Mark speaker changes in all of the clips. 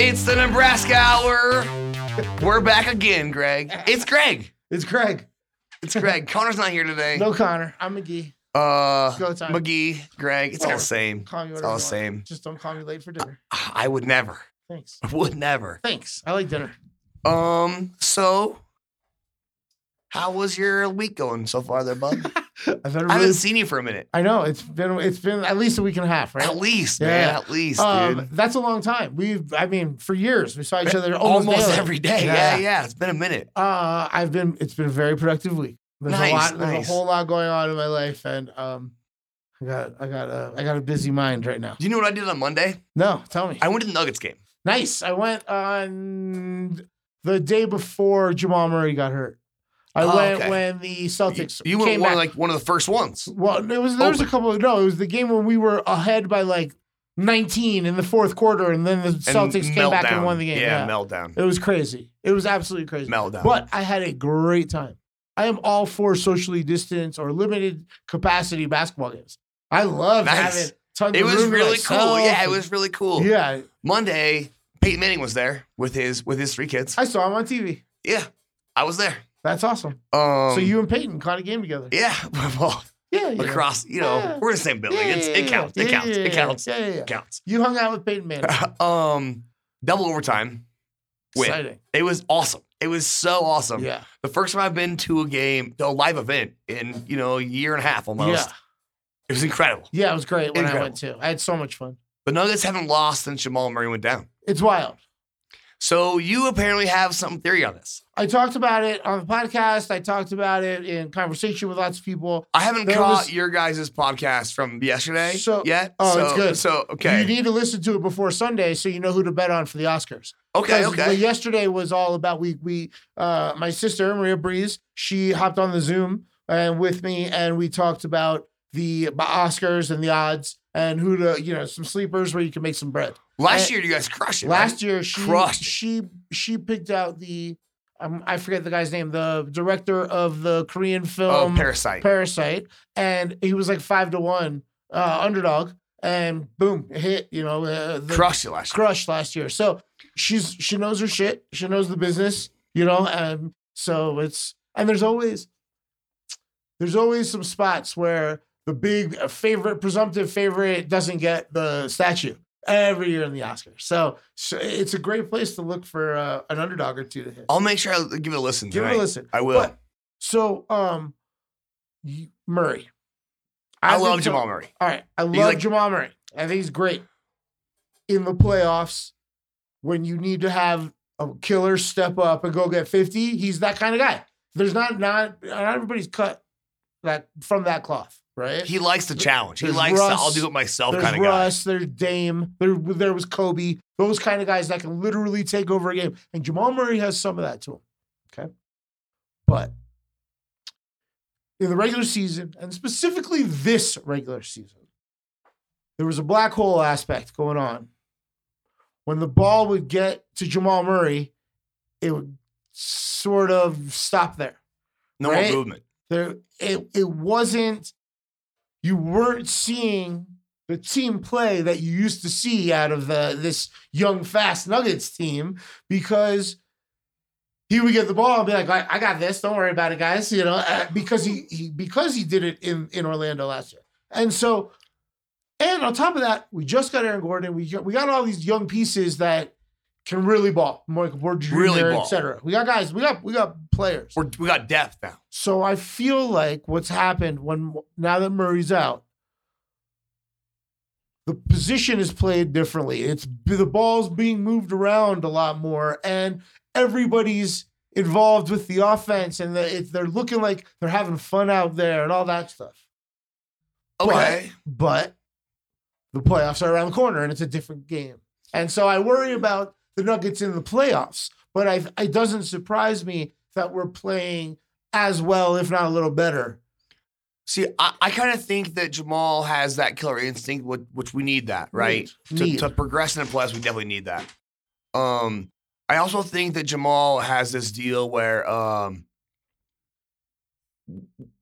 Speaker 1: It's the Nebraska Hour. We're back again, Greg. It's Greg.
Speaker 2: It's Greg.
Speaker 1: It's Greg. Connor's not here today.
Speaker 2: No Connor. I'm McGee.
Speaker 1: Uh,
Speaker 2: Go time.
Speaker 1: McGee, Greg. It's all
Speaker 2: Oh.
Speaker 1: the same.
Speaker 2: Call me
Speaker 1: It's
Speaker 2: whatever.
Speaker 1: all the
Speaker 2: you want.
Speaker 1: same.
Speaker 2: Just don't call me late for dinner.
Speaker 1: I would never.
Speaker 2: Thanks.
Speaker 1: I would never.
Speaker 2: Thanks. I like dinner.
Speaker 1: Um. So, how was your week going so far, there, bud?
Speaker 2: I've had a
Speaker 1: I
Speaker 2: really.
Speaker 1: haven't seen you for a minute.
Speaker 2: I know it's been it's been at least a week and a half,
Speaker 1: At
Speaker 2: right?
Speaker 1: least,
Speaker 2: Yeah,
Speaker 1: man.
Speaker 2: yeah.
Speaker 1: At least,
Speaker 2: Um,
Speaker 1: dude.
Speaker 2: that's a long time. We've I mean for years we saw each other almost,
Speaker 1: Almost
Speaker 2: daily.
Speaker 1: every day. Yeah. yeah, It's been a minute.
Speaker 2: Uh, I've been it's been a very productive week. There's
Speaker 1: Nice,
Speaker 2: a lot. There's
Speaker 1: nice.
Speaker 2: a whole lot going on in my life, and um, I got I got a I got a busy mind right now.
Speaker 1: Do you know what I did on Monday?
Speaker 2: No, tell me.
Speaker 1: I went to the Nuggets game.
Speaker 2: Nice. I went on the day before Jamal Murray got hurt. I
Speaker 1: Oh,
Speaker 2: went
Speaker 1: okay.
Speaker 2: when the
Speaker 1: You,
Speaker 2: Celtics
Speaker 1: you went
Speaker 2: came
Speaker 1: one
Speaker 2: back.
Speaker 1: of, like one of the first ones.
Speaker 2: well, it was there was a couple. Of, no, it was the game when we were ahead by like 19 in the fourth quarter, and then the
Speaker 1: And
Speaker 2: Celtics came back and
Speaker 1: meltdown.
Speaker 2: won the game.
Speaker 1: Yeah,
Speaker 2: Yeah,
Speaker 1: meltdown.
Speaker 2: it was crazy. It was absolutely crazy.
Speaker 1: Meltdown.
Speaker 2: But I had a great time. I am all for socially distanced or limited capacity basketball games. I love
Speaker 1: Nice.
Speaker 2: having tons
Speaker 1: It
Speaker 2: of
Speaker 1: was
Speaker 2: room to
Speaker 1: really cool.
Speaker 2: myself
Speaker 1: Yeah, it
Speaker 2: and-
Speaker 1: was really cool.
Speaker 2: Yeah,
Speaker 1: Monday, Peyton Manning was there with his with his three kids.
Speaker 2: I saw him on TV.
Speaker 1: Yeah, I was there.
Speaker 2: That's awesome.
Speaker 1: Um,
Speaker 2: so you and Peyton caught a game together.
Speaker 1: yeah, well,
Speaker 2: Yeah, yeah.
Speaker 1: across, you know,
Speaker 2: Yeah.
Speaker 1: we're in the same building.
Speaker 2: Yeah,
Speaker 1: it's,
Speaker 2: yeah,
Speaker 1: it
Speaker 2: yeah.
Speaker 1: counts. It
Speaker 2: Yeah,
Speaker 1: counts.
Speaker 2: yeah,
Speaker 1: It
Speaker 2: yeah.
Speaker 1: counts.
Speaker 2: Yeah, yeah, yeah.
Speaker 1: It counts.
Speaker 2: You hung out with Peyton Manning.
Speaker 1: um, double overtime win. Um,
Speaker 2: Exciting.
Speaker 1: It was awesome. It was so awesome.
Speaker 2: Yeah.
Speaker 1: The first time I've been to a game, to a live event in you know a year and a half almost.
Speaker 2: Yeah.
Speaker 1: It was incredible.
Speaker 2: Yeah, it was great when I
Speaker 1: Incredible.
Speaker 2: went too. I had so much fun.
Speaker 1: The Nuggets haven't lost since Jamal Murray went down.
Speaker 2: It's wild.
Speaker 1: So you apparently have some theory on this.
Speaker 2: I talked about it on the podcast. I talked about it in conversation with lots of people.
Speaker 1: I haven't
Speaker 2: There
Speaker 1: caught
Speaker 2: was-
Speaker 1: your guys' podcast from yesterday
Speaker 2: So-
Speaker 1: yet.
Speaker 2: oh,
Speaker 1: so,
Speaker 2: it's good.
Speaker 1: So okay,
Speaker 2: You need to listen to it before Sunday so you know who to bet on for the Oscars.
Speaker 1: okay,
Speaker 2: 'Cause
Speaker 1: okay.
Speaker 2: Yesterday was all about we we uh my sister Maria Breeze, she hopped on the Zoom and with me and we talked about the Oscars and the odds and who to, you know, some sleepers where you can make some bread.
Speaker 1: Last
Speaker 2: and-
Speaker 1: year you guys crushed it.
Speaker 2: Last year, she
Speaker 1: Crushed it.
Speaker 2: she she picked out the um, I forget the guy's name, the director of the Korean
Speaker 1: right?
Speaker 2: film
Speaker 1: oh, parasite.
Speaker 2: Parasite, and he was like five to one uh, underdog, and boom, it hit. You know, uh, the
Speaker 1: crushed it last year.
Speaker 2: crush last year. So she's she knows her shit. She knows the business. You know, and so it's and there's always there's always some spots where the big favorite, presumptive favorite, doesn't get the statue every year in the Oscars. So, so it's a great place to look for uh, an underdog or two to hit.
Speaker 1: I'll make sure I give it a listen.
Speaker 2: Give it
Speaker 1: tonight.
Speaker 2: a listen.
Speaker 1: I will.
Speaker 2: But- So, um, you- Murray,
Speaker 1: I
Speaker 2: I've been
Speaker 1: love
Speaker 2: to-
Speaker 1: Jamal Murray.
Speaker 2: all right, I love
Speaker 1: like-
Speaker 2: Jamal Murray. I think he's great in the playoffs when you need to have a killer step up and go get fifty. He's that kind of guy. There's not not not everybody's cut that from that cloth, right?
Speaker 1: He likes the challenge. He
Speaker 2: There's
Speaker 1: likes the
Speaker 2: Russ.
Speaker 1: I'll do it myself
Speaker 2: there's
Speaker 1: kind of guy.
Speaker 2: Russ, there's Dame, there there was Kobe. Those kind of guys that can literally take over a game, and Jamal Murray has some of that to him. Okay, but in the regular season, and specifically this regular season, there was a black hole aspect going on. When the ball would get to Jamal Murray, it would sort of stop there
Speaker 1: No
Speaker 2: right?
Speaker 1: more movement.
Speaker 2: there it, it wasn't you weren't seeing the team play that you used to see out of the this young fast nuggets team because he would get the ball and be like, I, I got this. Don't worry about it, guys. You know, uh, because he, he because he did it in, in Orlando last year. And so, and on top of that, we just got Aaron Gordon. We got, we got all these young pieces that can really ball, Michael Porter Jr.,
Speaker 1: Really ball.
Speaker 2: et cetera. We got guys. We got we got players.
Speaker 1: We're, we got depth now.
Speaker 2: So I feel like what's happened when now that Murray's out, the position is played differently. It's the ball's being moved around a lot more, and everybody's involved with the offense, and the, it, they're looking like they're having fun out there and all that stuff.
Speaker 1: Okay.
Speaker 2: But the playoffs are around the corner, and it's a different game. And so I worry about the Nuggets in the playoffs. But I, it doesn't surprise me that we're playing as well, if not a little better.
Speaker 1: See, I, I kind of think that Jamal has that killer instinct, which, which we need that, right? to,
Speaker 2: Need.
Speaker 1: to progress in the playoffs, we definitely need that. Um, I also think that Jamal has this deal where um,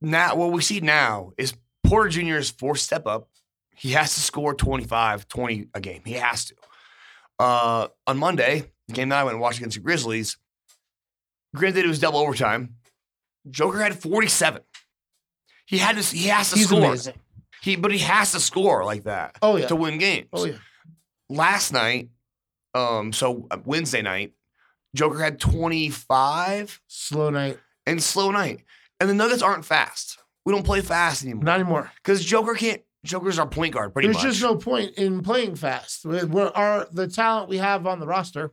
Speaker 1: now what we see now is Porter Jr. is fourth step up. He has to score 25, 20 a game. He has to. Uh, on Monday, the game that I went and watched against the Grizzlies, granted it was double overtime, Joker had 47. He had to, he has to
Speaker 2: He's
Speaker 1: score.
Speaker 2: amazing.
Speaker 1: He but he has to score like that
Speaker 2: Oh yeah.
Speaker 1: to win games.
Speaker 2: Oh yeah.
Speaker 1: Last night, um, so uh, Wednesday night, Joker had 25
Speaker 2: Slow night.
Speaker 1: and slow night. And the Nuggets aren't fast. We don't play fast anymore
Speaker 2: Not anymore.
Speaker 1: because Joker can't. Joker's our point guard, pretty
Speaker 2: There's
Speaker 1: much.
Speaker 2: just no point in playing fast. We're, we're- our the talent we have on the roster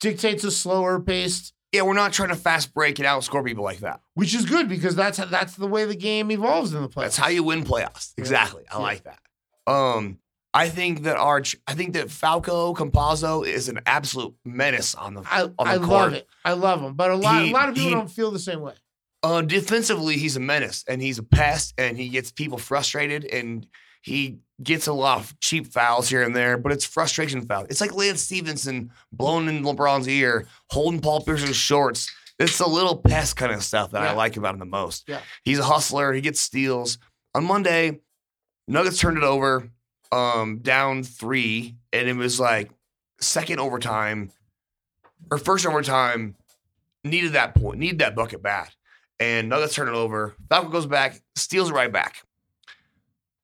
Speaker 2: dictates a slower pace,
Speaker 1: yeah, we're not trying to fast break and outscore people like that.
Speaker 2: which is good because that's that's the way the game evolves in the playoffs.
Speaker 1: That's how you win playoffs.
Speaker 2: Yeah.
Speaker 1: Exactly. I
Speaker 2: Yeah.
Speaker 1: like that. Um, I think that our ch- I think that Falco Compazzo is an absolute menace on the
Speaker 2: I,
Speaker 1: on the
Speaker 2: I
Speaker 1: court.
Speaker 2: love it. I love him, but a lot
Speaker 1: He-
Speaker 2: a lot of people
Speaker 1: he-
Speaker 2: don't feel the same way.
Speaker 1: Uh, defensively, he's a menace and he's a pest and he gets people frustrated and he gets a lot of cheap fouls here and there, but it's frustration fouls. It's like Lance Stevenson blowing in LeBron's ear, holding Paul Pierce's shorts. It's the little pest kind of stuff that I
Speaker 2: Yeah.
Speaker 1: like about him the most.
Speaker 2: Yeah.
Speaker 1: He's a hustler. He gets steals. On Monday, Nuggets turned it over, um, down three, and it was like second overtime or first overtime needed that point, needed that bucket bad. And Nuggets turn it over. Falcon goes back, steals it right back.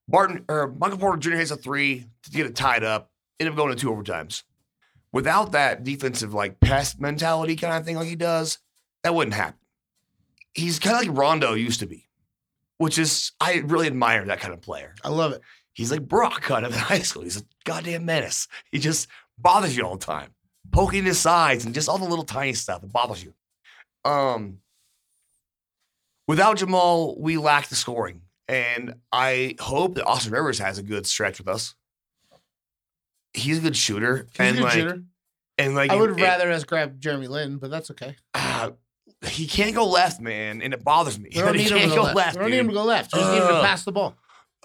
Speaker 1: Barton or Michael Porter Jr. hits a three to get it tied up. End up going to two overtimes. Without that defensive like pest mentality kind of thing, like he does, that wouldn't happen. He's kind of like Rondo used to be, which is I really admire that kind of player.
Speaker 2: I love it.
Speaker 1: He's like Brock kind of in high school. He's a goddamn menace. He just bothers you all the time, poking his sides and just all the little tiny stuff. It bothers you. Um, without Jamal, we lack the scoring, and I hope that Austin Rivers has a good stretch with us. He's a good shooter,
Speaker 2: He's a
Speaker 1: and
Speaker 2: good
Speaker 1: like,
Speaker 2: shooter.
Speaker 1: and like,
Speaker 2: I would
Speaker 1: it-
Speaker 2: rather us grab Jeremy Lin, but that's okay.
Speaker 1: ah, he can't go left, man, and it bothers me.
Speaker 2: We don't
Speaker 1: he
Speaker 2: need him
Speaker 1: can't
Speaker 2: to
Speaker 1: go
Speaker 2: go left.
Speaker 1: left.
Speaker 2: we don't need him to
Speaker 1: dude.
Speaker 2: go left. We just need him to
Speaker 1: Ugh.
Speaker 2: pass the ball.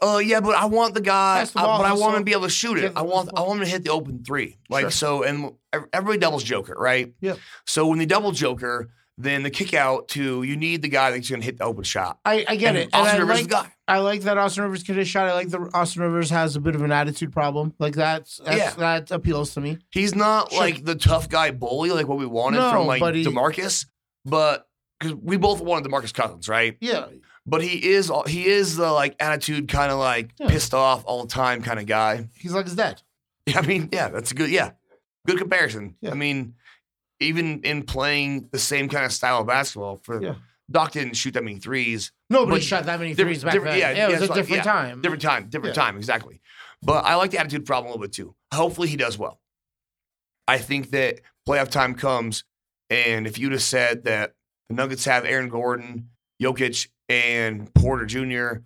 Speaker 1: Uh, yeah, but I want the guy.
Speaker 2: Pass the
Speaker 1: I-
Speaker 2: ball,
Speaker 1: but I want
Speaker 2: hustle.
Speaker 1: him to be able to shoot
Speaker 2: Get
Speaker 1: it.
Speaker 2: the
Speaker 1: I want. I
Speaker 2: ball.
Speaker 1: want him to hit the open three. Like
Speaker 2: Sure.
Speaker 1: so, and ev- everybody doubles Joker, right?
Speaker 2: Yeah.
Speaker 1: So when they double Joker, then the kick out to you need the guy that's going to hit the open shot.
Speaker 2: I, I get
Speaker 1: And
Speaker 2: it. And
Speaker 1: Austin
Speaker 2: I
Speaker 1: Rivers is
Speaker 2: like,
Speaker 1: the guy.
Speaker 2: I like that Austin Rivers could have shot. I like that Austin Rivers has a bit of an attitude problem. Like that's, that's
Speaker 1: Yeah.
Speaker 2: that appeals to me.
Speaker 1: He's not
Speaker 2: Sure.
Speaker 1: like the tough guy bully like what we wanted
Speaker 2: No,
Speaker 1: from like
Speaker 2: but he-
Speaker 1: Demarcus, but because we both wanted Demarcus Cousins, right?
Speaker 2: Yeah.
Speaker 1: But he is he is the like attitude kind of like
Speaker 2: Yeah.
Speaker 1: pissed off all the time kind of guy.
Speaker 2: He's like his dad.
Speaker 1: Yeah, I mean, yeah, that's a good, yeah, good comparison.
Speaker 2: Yeah.
Speaker 1: I mean, even in playing the same kind of style of basketball, for
Speaker 2: Yeah. Mm-hmm.
Speaker 1: Doc didn't shoot that many threes.
Speaker 2: Nobody
Speaker 1: But
Speaker 2: shot that many
Speaker 1: different-
Speaker 2: threes back
Speaker 1: different-
Speaker 2: then.
Speaker 1: yeah,
Speaker 2: Yeah,
Speaker 1: yeah,
Speaker 2: it was
Speaker 1: it's
Speaker 2: a
Speaker 1: like-
Speaker 2: different
Speaker 1: yeah,
Speaker 2: time.
Speaker 1: Different time, different
Speaker 2: Yeah.
Speaker 1: time, exactly. But I like the attitude problem a little bit too. Hopefully, he does well. I think that playoff time comes, and if you'd have said that the Nuggets have Aaron Gordon, Jokic, and Porter Jr.,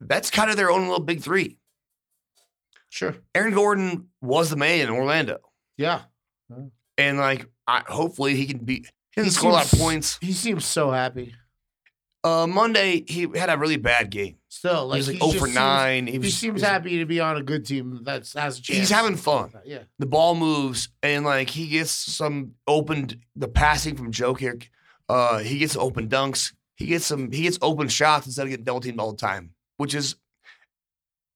Speaker 1: that's kind of their own little big three.
Speaker 2: Sure.
Speaker 1: Aaron Gordon was the man in Orlando.
Speaker 2: Yeah.
Speaker 1: and like I, hopefully he can be he doesn't
Speaker 2: He
Speaker 1: score a lot of
Speaker 2: seems-
Speaker 1: points.
Speaker 2: He seems so happy.
Speaker 1: Uh, Monday he had a really bad game.
Speaker 2: Still, like
Speaker 1: he was like
Speaker 2: he
Speaker 1: zero
Speaker 2: just
Speaker 1: for
Speaker 2: seems-
Speaker 1: nine. he
Speaker 2: He
Speaker 1: was
Speaker 2: seems
Speaker 1: he's-
Speaker 2: happy to be on a good team that has a chance.
Speaker 1: He's having fun.
Speaker 2: Yeah.
Speaker 1: The ball moves and like he gets some open the passing from Joker. Uh, he gets open dunks. He gets some. He gets open shots instead of getting double teamed all the time, which is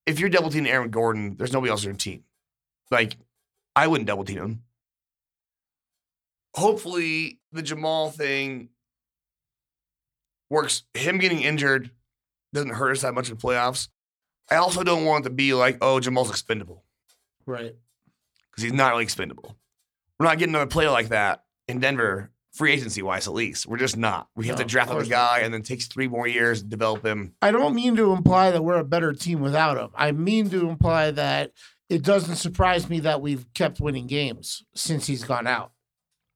Speaker 1: if you're double teaming Aaron Gordon, there's nobody else on your team. Like I wouldn't double team him. Hopefully the Jamal thing works. Him getting injured doesn't hurt us that much in the playoffs. I also don't want it to be like, oh, Jamal's expendable
Speaker 2: Right.
Speaker 1: because he's not really expendable. We're not getting another player like that in Denver, free agency wise, at least. We're just not. We have
Speaker 2: No,
Speaker 1: to draft
Speaker 2: of
Speaker 1: another
Speaker 2: course
Speaker 1: guy and then it takes three more years to develop him.
Speaker 2: I don't mean to imply that we're a better team without him. I mean to imply that it doesn't surprise me that we've kept winning games since he's gone out.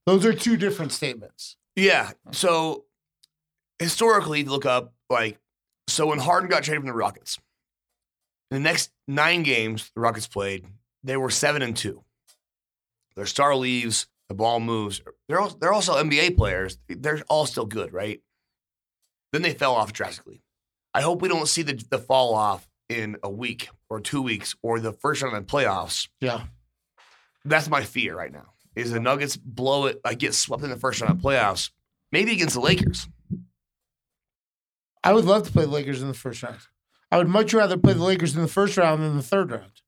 Speaker 2: Those are two different statements.
Speaker 1: Yeah. So historically, look up like so when Harden got traded from the Rockets, the next nine games the Rockets played, they were seven and two. Their star leaves, the ball moves. They're all, they're also NBA players. They're all still good, right? Then they fell off drastically. I hope we don't see the the fall off in a week or two weeks or the first round of the playoffs
Speaker 2: Yeah.
Speaker 1: that's my fear right now. Is the Nuggets blow it, like get swept in the first round of playoffs, maybe against the Lakers.
Speaker 2: I would love to play the Lakers in the first round. I would much rather play the Lakers in the first round than the third round.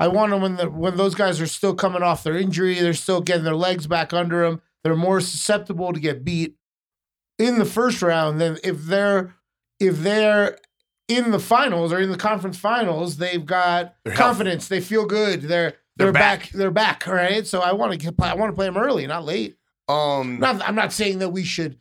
Speaker 2: I want them when the, when those guys are still coming off their injury, they're still getting their legs back under them. They're more susceptible to get beat in the first round than if they're if they're in the finals or in the conference finals. They've got
Speaker 1: They're healthy.
Speaker 2: confidence. They feel good. They're
Speaker 1: They're
Speaker 2: they're, back.
Speaker 1: back.
Speaker 2: They're back. Right. So I want to I want to play them early, not late.
Speaker 1: Um,
Speaker 2: Not, I'm not saying that we should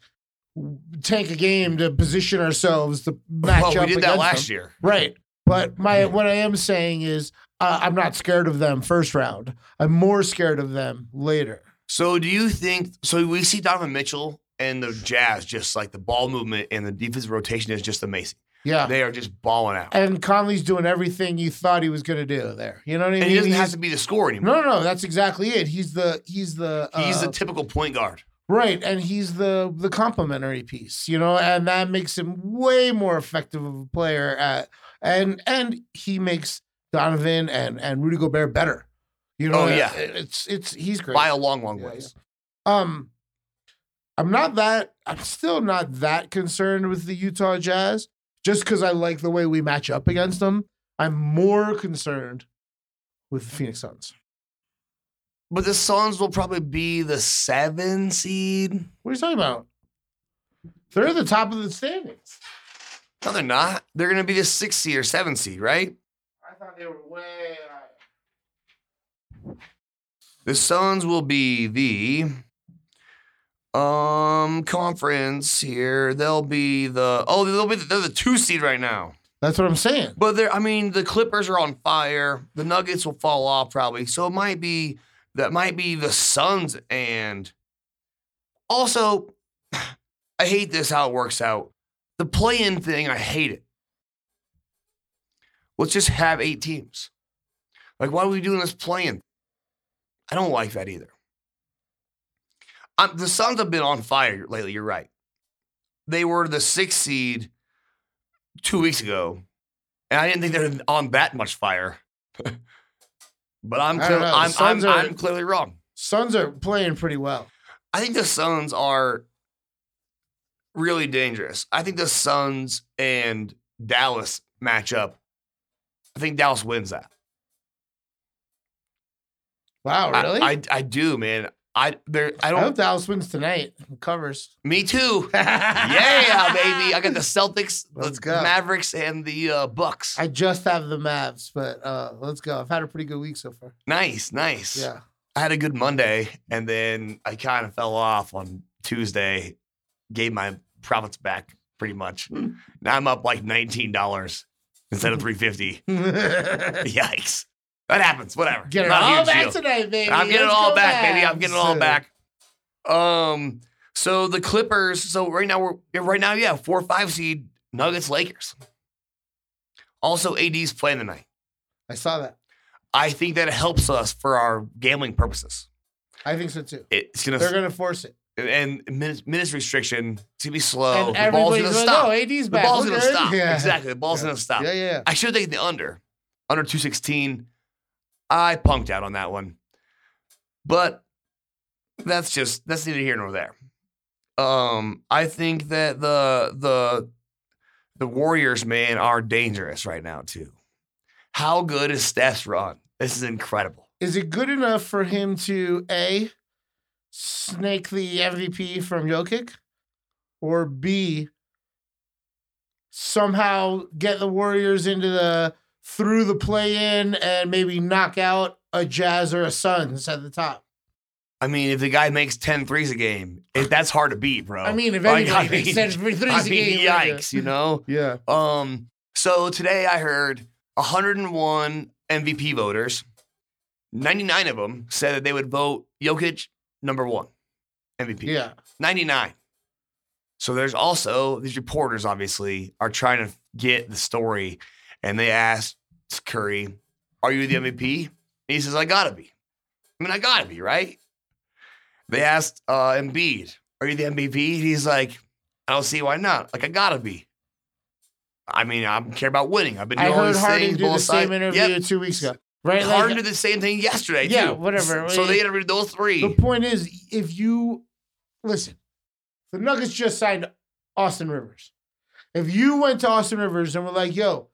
Speaker 2: tank a game to position ourselves to match
Speaker 1: well,
Speaker 2: up.
Speaker 1: we did
Speaker 2: against
Speaker 1: that
Speaker 2: them.
Speaker 1: last year.
Speaker 2: Right. But my what I am saying is uh, I'm not scared of them first round. I'm more scared of them later.
Speaker 1: So do you think so we see Donovan Mitchell and the Jazz just like the ball movement and the defensive rotation is just amazing.
Speaker 2: Yeah.
Speaker 1: They are just balling out.
Speaker 2: And Conley's doing everything you thought he was going to do there. You know what I mean?
Speaker 1: And he doesn't have
Speaker 2: He's-
Speaker 1: to be the scorer anymore.
Speaker 2: no, no, no. That's exactly it. He's the he's the
Speaker 1: He's
Speaker 2: uh,
Speaker 1: the typical point guard.
Speaker 2: right, and he's the the complementary piece. You know, and that makes him way more effective of a player. At, and and he makes Donovan and and Rudy Gobert better. You know?
Speaker 1: Oh, yeah.
Speaker 2: It's it's he's great.
Speaker 1: By a long, long
Speaker 2: Yeah,
Speaker 1: ways.
Speaker 2: Um, I'm not that. I'm still not that concerned with the Utah Jazz, just because I like the way we match up against them. I'm more concerned with the Phoenix Suns.
Speaker 1: But the Suns will probably be the seven seed.
Speaker 2: What are you talking about? They're at the top of the standings.
Speaker 1: No, they're not. They're gonna be the six seed or seven seed, right?
Speaker 2: I thought they were way.
Speaker 1: The Suns will be the um conference here. They'll be the oh they'll be they're the two seed right now.
Speaker 2: That's what I'm saying.
Speaker 1: But there, I mean, the Clippers are on fire. The Nuggets will fall off probably. So it might be that might be the Suns and also I hate this how it works out. The play-in thing, I hate it. Let's just have eight teams. Like, why are we doing this play-in? I don't like that either. Um, the Suns have been on fire lately. You're right. They were the sixth seed two weeks ago. And I didn't think they were on that much fire. but I'm,
Speaker 2: I don't
Speaker 1: clear,
Speaker 2: know. The
Speaker 1: I'm, I'm,
Speaker 2: Suns are-
Speaker 1: I'm clearly wrong.
Speaker 2: Suns are playing pretty well.
Speaker 1: I think the Suns are really dangerous. I think the Suns and Dallas match up. I think Dallas wins that.
Speaker 2: Wow,
Speaker 1: I-
Speaker 2: Oh, really? Oh.
Speaker 1: I, I do, man. I there I
Speaker 2: I hope
Speaker 1: don't
Speaker 2: Dallas wins tonight and covers.
Speaker 1: me too. Yeah,
Speaker 2: yeah,
Speaker 1: baby. I got the Celtics,
Speaker 2: Let's
Speaker 1: the
Speaker 2: go.
Speaker 1: Mavericks, and the uh, Bucks.
Speaker 2: I just have the Mavs, but uh, let's go. I've had a pretty good week so far.
Speaker 1: nice, nice.
Speaker 2: Yeah.
Speaker 1: I had a good Monday, and then I kind of fell off on Tuesday. Gave my profits back pretty much.
Speaker 2: Hmm.
Speaker 1: now I'm up like nineteen dollars instead of three fifty.
Speaker 2: Get
Speaker 1: Yikes. That happens. Whatever.
Speaker 2: it
Speaker 1: Not a
Speaker 2: all
Speaker 1: huge
Speaker 2: back
Speaker 1: deal.
Speaker 2: tonight, baby.
Speaker 1: I'm getting it
Speaker 2: Let's
Speaker 1: all
Speaker 2: go
Speaker 1: back, baby. I'm
Speaker 2: Mavs.
Speaker 1: getting it all back. Um, so the Clippers, so right now we're yeah, right now, yeah, four or five seed Nuggets Lakers. Also, AD's playing tonight.
Speaker 2: I saw that.
Speaker 1: I think that helps us for our gambling purposes.
Speaker 2: I think so too.
Speaker 1: It's gonna
Speaker 2: They're gonna force it.
Speaker 1: and minutes, minutes restriction, it's gonna be slow.
Speaker 2: and
Speaker 1: Oh, the ball's
Speaker 2: everybody's
Speaker 1: gonna
Speaker 2: like,
Speaker 1: stop.
Speaker 2: "No, AD's
Speaker 1: the
Speaker 2: back.
Speaker 1: ball's
Speaker 2: We're
Speaker 1: gonna
Speaker 2: good."
Speaker 1: stop.
Speaker 2: Yeah.
Speaker 1: Exactly. The ball's gonna stop.
Speaker 2: Yeah, yeah.
Speaker 1: I should have taken the under, under 216. I punked out on that one. But that's just that's neither here nor there. Um, I think that the the the Warriors, man, are dangerous right now too. How good is Steph's run? This is incredible.
Speaker 2: Is it good enough for him to a snake the MVP from Jokic, or b somehow get the Warriors into the through the play in and maybe knock out a Jazz or a Suns at the top?
Speaker 1: I mean, if the guy makes 10 threes a game, it, that's hard to beat, bro.
Speaker 2: I mean, if
Speaker 1: Like,
Speaker 2: anybody
Speaker 1: Oh. I
Speaker 2: makes
Speaker 1: mean-
Speaker 2: sense for threes
Speaker 1: I
Speaker 2: a
Speaker 1: mean,
Speaker 2: game, we're
Speaker 1: yikes, you know?
Speaker 2: good. Yeah.
Speaker 1: Um, so today I heard 101 MVP voters. 99 of them said that they would vote Jokic number one MVP.
Speaker 2: Yeah.
Speaker 1: 99. So there's also these reporters, obviously, are trying to get the story. And they asked Curry, Are you the MVP? And he says, I gotta be. I mean, I gotta be, right? They asked uh, Embiid, Are you the MVP? And he's like, I don't see why not. Like, I gotta be. I mean, I don't care about winning. I've been doing
Speaker 2: I
Speaker 1: all
Speaker 2: heard
Speaker 1: these
Speaker 2: Harden
Speaker 1: things.
Speaker 2: do the
Speaker 1: both sides.
Speaker 2: same interview
Speaker 1: Yep.
Speaker 2: two weeks ago. Right? Like,
Speaker 1: Harden did the same thing yesterday.
Speaker 2: Yeah,
Speaker 1: too.
Speaker 2: whatever.
Speaker 1: So they interviewed those three.
Speaker 2: the point is, if you listen, the Nuggets just signed Austin Rivers. If you went to Austin Rivers and were like, yo,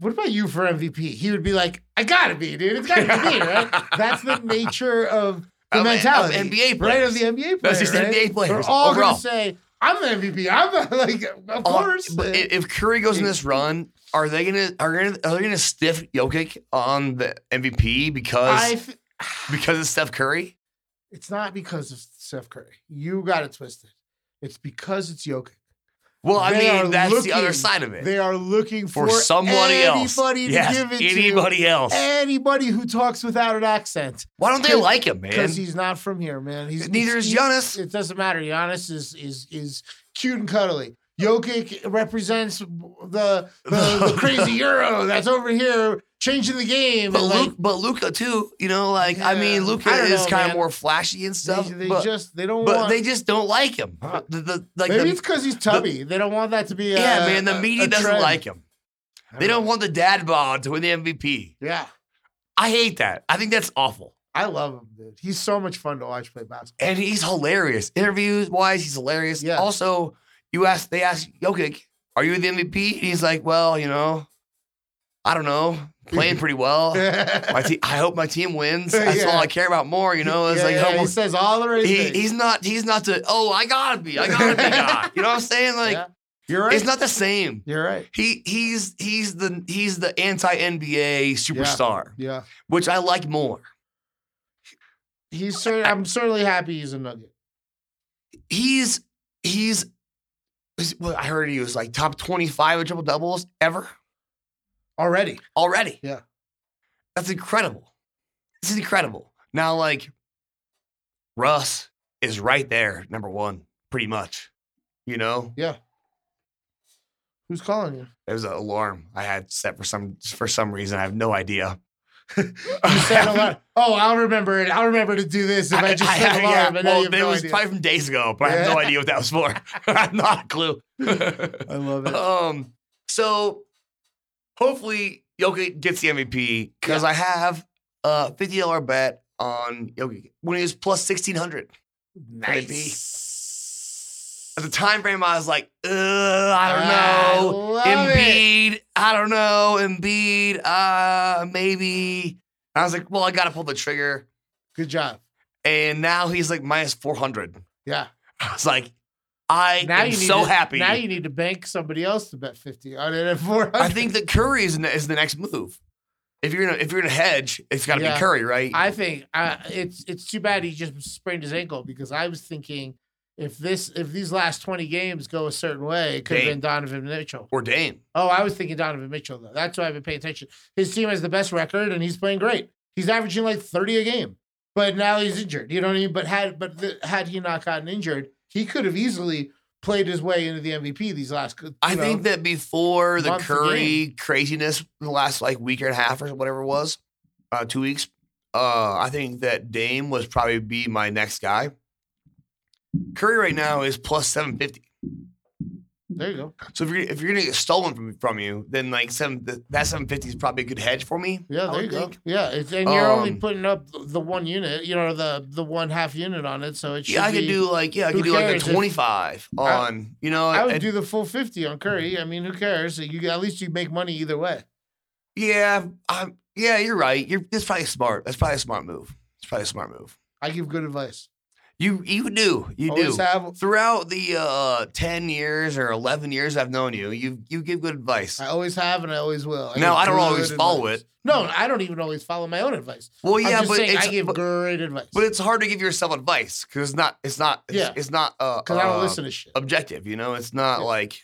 Speaker 2: What about you for MVP? He would be like, I gotta be, dude. It's gotta be me, right? That's the nature of
Speaker 1: Of-
Speaker 2: the
Speaker 1: of
Speaker 2: mentality.
Speaker 1: NBA
Speaker 2: right?
Speaker 1: players.
Speaker 2: Of the NBA players.
Speaker 1: That's just
Speaker 2: right?
Speaker 1: NBA
Speaker 2: They're
Speaker 1: players
Speaker 2: all
Speaker 1: overall.
Speaker 2: gonna say, I'm the MVP. I'm the, like, of
Speaker 1: Uh,
Speaker 2: course.
Speaker 1: but i- if Curry goes in this run, are they gonna are gonna are they gonna stiff Jokic on the MVP because
Speaker 2: I f-
Speaker 1: because it's Steph Curry?
Speaker 2: it's not because of Steph Curry. You got it twisted. It's because it's Jokic.
Speaker 1: Well, I
Speaker 2: They are
Speaker 1: mean that's the other
Speaker 2: looking
Speaker 1: side of it.
Speaker 2: They are looking
Speaker 1: For
Speaker 2: for,
Speaker 1: somebody else,
Speaker 2: anybody to
Speaker 1: Yes,
Speaker 2: give it
Speaker 1: anybody else.
Speaker 2: to. Anybody who talks without an accent.
Speaker 1: Why don't they
Speaker 2: Cause-
Speaker 1: like him, man?
Speaker 2: Because he's not from here, man. He's
Speaker 1: Neither is
Speaker 2: he's-
Speaker 1: Giannis.
Speaker 2: It doesn't matter. Giannis is is is cute and cuddly. Jokic represents the the, the crazy Euro that's over here changing the game.
Speaker 1: But
Speaker 2: and, like,
Speaker 1: Luke, but Luca too. You know, like I mean,
Speaker 2: Yeah.
Speaker 1: Luca
Speaker 2: I don't
Speaker 1: is
Speaker 2: know,
Speaker 1: kind of
Speaker 2: man.
Speaker 1: more flashy and stuff.
Speaker 2: they, they
Speaker 1: but
Speaker 2: just they don't
Speaker 1: but
Speaker 2: want.
Speaker 1: they just don't like him.
Speaker 2: Huh.
Speaker 1: The- the- like
Speaker 2: maybe
Speaker 1: the-
Speaker 2: it's because he's tubby. they don't want that to be. A,
Speaker 1: yeah, man. The
Speaker 2: a-
Speaker 1: media
Speaker 2: a
Speaker 1: doesn't
Speaker 2: trend.
Speaker 1: like him. They don't want the dad bod to win the MVP.
Speaker 2: Yeah,
Speaker 1: I hate that. I think that's awful.
Speaker 2: I love him, dude. He's so much fun to watch play basketball.
Speaker 1: And he's hilarious. Interviews wise, he's hilarious.
Speaker 2: Yeah.
Speaker 1: Also, you ask they ask Jokic, "Are you the MVP?" And he's like, "Well, you know, I don't know. Playing pretty well. Oh, my team. I hope my team wins. That's all
Speaker 2: Yeah.
Speaker 1: I care about more. You know, it's
Speaker 2: Yeah,
Speaker 1: like
Speaker 2: yeah,
Speaker 1: how
Speaker 2: he
Speaker 1: more-
Speaker 2: says all the right
Speaker 1: he,
Speaker 2: things.
Speaker 1: he's not. He's not the. Oh, I gotta be. I gotta be. God. You know what I'm saying? Like
Speaker 2: Yeah. you're right.
Speaker 1: it's not the same.
Speaker 2: you're right.
Speaker 1: He he's he's the he's the anti NBA superstar,
Speaker 2: Yeah.
Speaker 1: which I like more.
Speaker 2: He's cer- I'm certainly happy he's a nugget.
Speaker 1: He's he's. he's- well, I heard he was like top 25 in triple doubles ever
Speaker 2: Already.
Speaker 1: already.
Speaker 2: Yeah.
Speaker 1: That's incredible. This is incredible. Now, like, Russ is right there, number one, pretty much. You know,
Speaker 2: Who's calling you?
Speaker 1: It was an alarm I had set for some for some reason. I have no idea.
Speaker 2: You said alarm. Oh, I'll remember it. I'll remember to do this if I, just said alarm.
Speaker 1: yeah,
Speaker 2: and now
Speaker 1: well,
Speaker 2: you have
Speaker 1: it
Speaker 2: no
Speaker 1: was
Speaker 2: idea.
Speaker 1: probably from days ago, but I have no idea what that was for. I have not a clue.
Speaker 2: I love it.
Speaker 1: um, so hopefully Jokic gets the MVP because I have a fifty dollar bet on Jokic when he was plus sixteen hundred.
Speaker 2: Nice.
Speaker 1: At the time frame, I was like, Ugh, I don't know.
Speaker 2: love it.
Speaker 1: Embiid, I don't know. Embiid, uh, maybe. I was like, well, I got to pull the trigger.
Speaker 2: Good job.
Speaker 1: And now he's like minus 400.
Speaker 2: Yeah.
Speaker 1: I was like, I
Speaker 2: Now
Speaker 1: am
Speaker 2: you need
Speaker 1: so
Speaker 2: to,
Speaker 1: happy.
Speaker 2: Now you need to bank somebody else to bet fifty on it at four hundred.
Speaker 1: I think that Curry is, is the next move. If you're gonna if you're gonna hedge, it's got to
Speaker 2: Yeah.
Speaker 1: be Curry, right?
Speaker 2: I think uh, it's it's too bad he just sprained his ankle because I was thinking if this if these last twenty games go a certain way, it could have
Speaker 1: Dame.
Speaker 2: been Donovan Mitchell.
Speaker 1: or Dame.
Speaker 2: Oh, I was thinking Donovan Mitchell though. That's why I've been paying attention. His team has the best record and he's playing great. He's averaging like thirty a game, but now he's injured. You know what I mean? But had but the, had he not gotten injured, he could have easily played his way into the MVP these last. you
Speaker 1: I
Speaker 2: know.
Speaker 1: think that before the
Speaker 2: months of
Speaker 1: Curry craziness, the last like week and a half or whatever it was, uh, two weeks, uh, I think that Dame was probably be my next guy. Curry right now is plus seven fifty.
Speaker 2: there you go.
Speaker 1: So if you're if you're gonna get stolen from from you, then like seven th- that seven fifty is probably a good hedge for me.
Speaker 2: Yeah,
Speaker 1: I
Speaker 2: there
Speaker 1: would
Speaker 2: you go.
Speaker 1: think.
Speaker 2: Yeah, it's, and you're only
Speaker 1: Um,
Speaker 2: putting up the one unit, you know, the the one half unit on it. So it should
Speaker 1: Yeah, I could
Speaker 2: be-
Speaker 1: do like yeah, I
Speaker 2: who
Speaker 1: could do like a
Speaker 2: cares if-
Speaker 1: twenty five on you know.
Speaker 2: I would
Speaker 1: and-
Speaker 2: do the full fifty on Curry. I mean, who cares? You at least you make money either way.
Speaker 1: yeah, i yeah, you're right. You're that's probably smart. That's probably a smart move. It's probably a smart move.
Speaker 2: I give good advice.
Speaker 1: You you do you
Speaker 2: Always
Speaker 1: do.
Speaker 2: have.
Speaker 1: Throughout the uh, ten years or eleven years I've known you, you you give good advice.
Speaker 2: I always have, and I always will.
Speaker 1: No,
Speaker 2: give
Speaker 1: I don't
Speaker 2: good
Speaker 1: always follow
Speaker 2: advice.
Speaker 1: it.
Speaker 2: No, I don't even always follow my own advice.
Speaker 1: well,
Speaker 2: I'm
Speaker 1: yeah,
Speaker 2: just
Speaker 1: but
Speaker 2: saying
Speaker 1: it's,
Speaker 2: I give
Speaker 1: but,
Speaker 2: great advice.
Speaker 1: but it's hard to give yourself advice because it's not it's not it's,
Speaker 2: Yeah.
Speaker 1: it's not uh,
Speaker 2: because I don't
Speaker 1: uh,
Speaker 2: listen to shit.
Speaker 1: objective. You know, it's not
Speaker 2: Yeah.
Speaker 1: like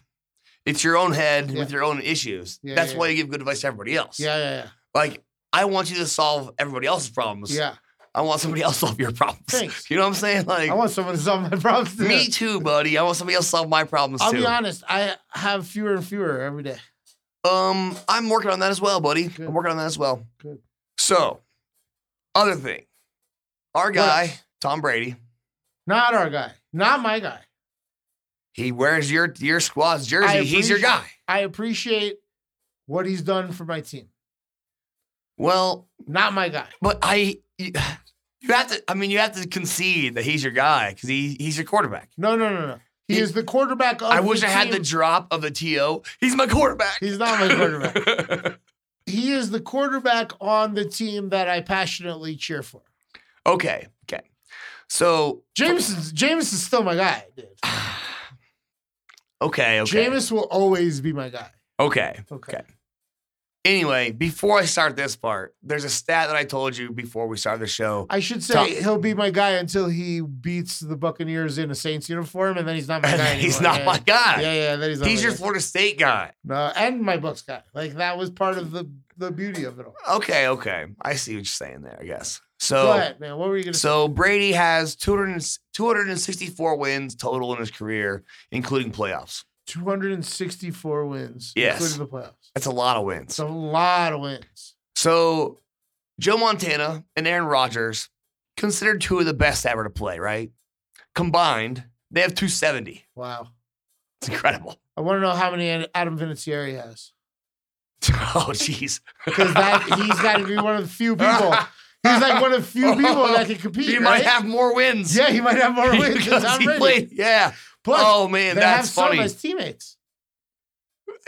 Speaker 1: it's your own head
Speaker 2: Yeah.
Speaker 1: with your own issues.
Speaker 2: Yeah,
Speaker 1: That's
Speaker 2: yeah,
Speaker 1: why you give good advice to everybody else.
Speaker 2: Yeah, yeah,
Speaker 1: Like I want you to solve everybody else's problems.
Speaker 2: yeah. yeah.
Speaker 1: I want somebody else to solve your problems.
Speaker 2: Thanks.
Speaker 1: You know what I'm saying? Like
Speaker 2: I want someone to solve my problems. too.
Speaker 1: me too, buddy. I want somebody else to solve my problems
Speaker 2: I'll
Speaker 1: too.
Speaker 2: be honest. I have fewer and fewer every day.
Speaker 1: Um, I'm working on that as well, buddy.
Speaker 2: Good.
Speaker 1: I'm working on that as well.
Speaker 2: Good.
Speaker 1: So, other thing, our guy Tom Brady,
Speaker 2: Not our guy. Not my guy.
Speaker 1: he wears your your squad's
Speaker 2: I
Speaker 1: jersey. He's your
Speaker 2: appreciate-
Speaker 1: guy.
Speaker 2: I appreciate what he's done for my team.
Speaker 1: Well,
Speaker 2: Not my guy.
Speaker 1: But I, you you have to. I mean, you have to concede that he's your guy because he he's your quarterback.
Speaker 2: No, no, no, no. He,
Speaker 1: He-
Speaker 2: is the quarterback of
Speaker 1: I wish
Speaker 2: the
Speaker 1: I had the
Speaker 2: team.
Speaker 1: drop of the to. He's my quarterback.
Speaker 2: He's not my quarterback. he is the quarterback on the team that I passionately cheer for.
Speaker 1: Okay. Okay. So
Speaker 2: James James is still my guy, dude.
Speaker 1: okay. Okay.
Speaker 2: Jameis will always be my guy.
Speaker 1: okay.
Speaker 2: Okay.
Speaker 1: Okay. Anyway, before I start this part, there's a stat that I told you before we started the show.
Speaker 2: I should say
Speaker 1: Tom-
Speaker 2: he'll be my guy until he beats the Buccaneers in a Saints uniform, and then he's not my
Speaker 1: And
Speaker 2: guy.
Speaker 1: he's
Speaker 2: anymore.
Speaker 1: not
Speaker 2: yeah.
Speaker 1: my guy.
Speaker 2: Yeah, yeah, then he's not
Speaker 1: He's
Speaker 2: my
Speaker 1: your
Speaker 2: guy.
Speaker 1: Florida State guy.
Speaker 2: No, and my books guy. Like that was part of the the beauty of it all.
Speaker 1: Okay, okay. I see what you're saying there, I guess.
Speaker 2: Go
Speaker 1: So
Speaker 2: ahead, man. What were you gonna say?
Speaker 1: so Brady has 200, 264 wins total in his career, including playoffs.
Speaker 2: 264 wins,
Speaker 1: Yes.
Speaker 2: including the playoffs.
Speaker 1: That's a lot of wins.
Speaker 2: It's a lot of wins.
Speaker 1: So Joe Montana and Aaron Rodgers, considered two of the best ever to play, right? Combined, they have 270.
Speaker 2: Wow.
Speaker 1: It's incredible.
Speaker 2: I want to know how many Adam Vinatieri has
Speaker 1: Oh, jeez.
Speaker 2: because that he's got to be one of the few people. He's like one of the few people that can compete.
Speaker 1: He
Speaker 2: right?
Speaker 1: might have more wins.
Speaker 2: yeah, he might have more wins than
Speaker 1: Because
Speaker 2: Tom
Speaker 1: he
Speaker 2: Brady.
Speaker 1: played- Yeah.
Speaker 2: Plus,
Speaker 1: oh man,
Speaker 2: they have
Speaker 1: that's
Speaker 2: some
Speaker 1: funny.
Speaker 2: as teammates.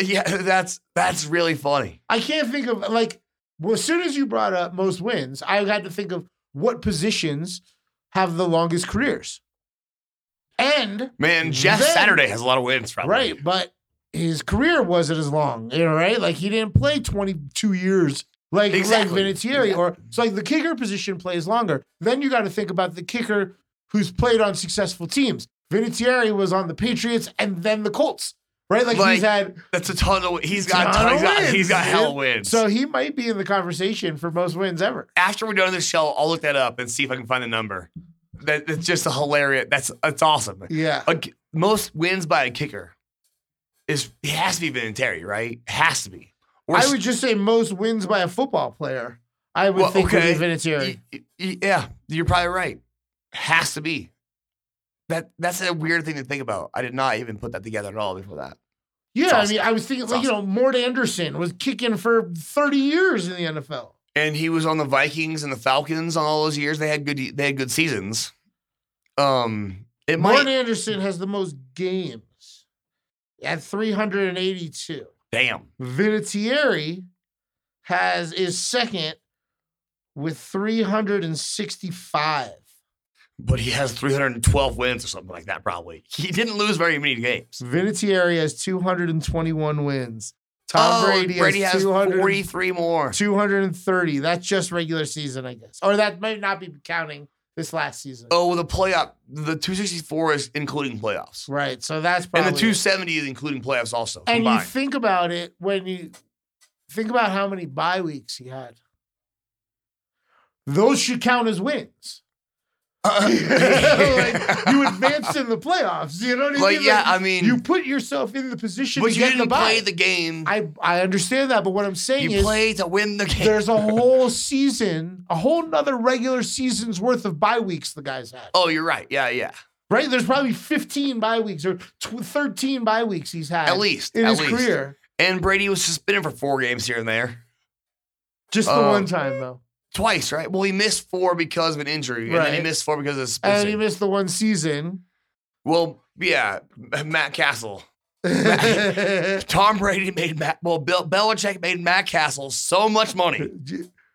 Speaker 1: Yeah, that's that's really funny.
Speaker 2: I can't think of like well, as soon as you brought up most wins, I had to think of what positions have the longest careers. And
Speaker 1: Man, Jeff
Speaker 2: Then-
Speaker 1: Saturday has a lot of wins, probably.
Speaker 2: right, but his career wasn't as long, you know, right? Like he didn't play 22 years like
Speaker 1: Exactly.
Speaker 2: like Vinatieri
Speaker 1: Yeah.
Speaker 2: or so like the kicker position plays longer. Then you got to think about the kicker who's played on successful teams. Vinatieri was on the Patriots and then the Colts, right? Like,
Speaker 1: Like,
Speaker 2: he's had
Speaker 1: That's a ton of he's got
Speaker 2: Ton of
Speaker 1: he's got, he's
Speaker 2: wins,
Speaker 1: got hell
Speaker 2: dude.
Speaker 1: wins.
Speaker 2: so he might be in the conversation for most wins ever.
Speaker 1: after we're done this show, I'll look that up and see if I can find the number. That that's just a hilarious. That's that's awesome.
Speaker 2: Yeah.
Speaker 1: A ki- most wins by a kicker is it has to be Vinatieri, right? Has to be. Or
Speaker 2: I would just say most wins by a football player. I would
Speaker 1: Well,
Speaker 2: think
Speaker 1: okay.
Speaker 2: would be Vinatieri.
Speaker 1: y- y- y- yeah, you're probably right. Has to be. That that's a weird thing to think about. I did not even put that together at all before that.
Speaker 2: Yeah,
Speaker 1: It's
Speaker 2: I mean, I was thinking
Speaker 1: It's
Speaker 2: like you know, Mort Anderson was kicking for thirty years in the NFL.
Speaker 1: and he was on the Vikings and the Falcons on all those years. They had good they had good seasons. Um, it
Speaker 2: Mort
Speaker 1: might
Speaker 2: Anderson has the most games at three hundred and eighty-two.
Speaker 1: damn
Speaker 2: Vinatieri has is second with three hundred and sixty-five.
Speaker 1: but he has 312 wins or something like that. Probably he didn't lose very many games.
Speaker 2: Vinatieri has two hundred and twenty-one wins. Tom
Speaker 1: Oh,
Speaker 2: Brady, has,
Speaker 1: has
Speaker 2: 200
Speaker 1: 43 more.
Speaker 2: 230. That's just regular season, I guess. Or that might not be counting this last season.
Speaker 1: Oh, the playoff the 264 is including playoffs,
Speaker 2: Right. So that's probably
Speaker 1: and the 270 is including playoffs also
Speaker 2: And you
Speaker 1: combined.
Speaker 2: think about it when you think about how many bye weeks he had. Those should count as wins. like, you advanced in the playoffs. You know what I
Speaker 1: Like,
Speaker 2: mean?
Speaker 1: yeah, I mean,
Speaker 2: you put yourself in the position
Speaker 1: but
Speaker 2: to
Speaker 1: you
Speaker 2: get the
Speaker 1: didn't
Speaker 2: bye.
Speaker 1: play the game.
Speaker 2: I, I understand that, but what I'm saying
Speaker 1: you
Speaker 2: is
Speaker 1: played to win the game.
Speaker 2: there's a whole season, a whole nother regular season's worth of bye weeks the guy's had.
Speaker 1: Oh, you're right. Yeah, yeah.
Speaker 2: right? There's probably 15 bye weeks or tw- 13 bye weeks he's had
Speaker 1: At least
Speaker 2: in
Speaker 1: at
Speaker 2: his
Speaker 1: least.
Speaker 2: career.
Speaker 1: And Brady was suspended for four games here and there.
Speaker 2: Just the
Speaker 1: Um,
Speaker 2: one time though,
Speaker 1: Twice, right? Well, he missed four because of an injury, and then he
Speaker 2: Right.
Speaker 1: missed four because of suspension.
Speaker 2: and he missed the one season.
Speaker 1: well, yeah, Matt Castle. Tom Brady made Matt, well, Bill, Belichick made Matt Castle so much money.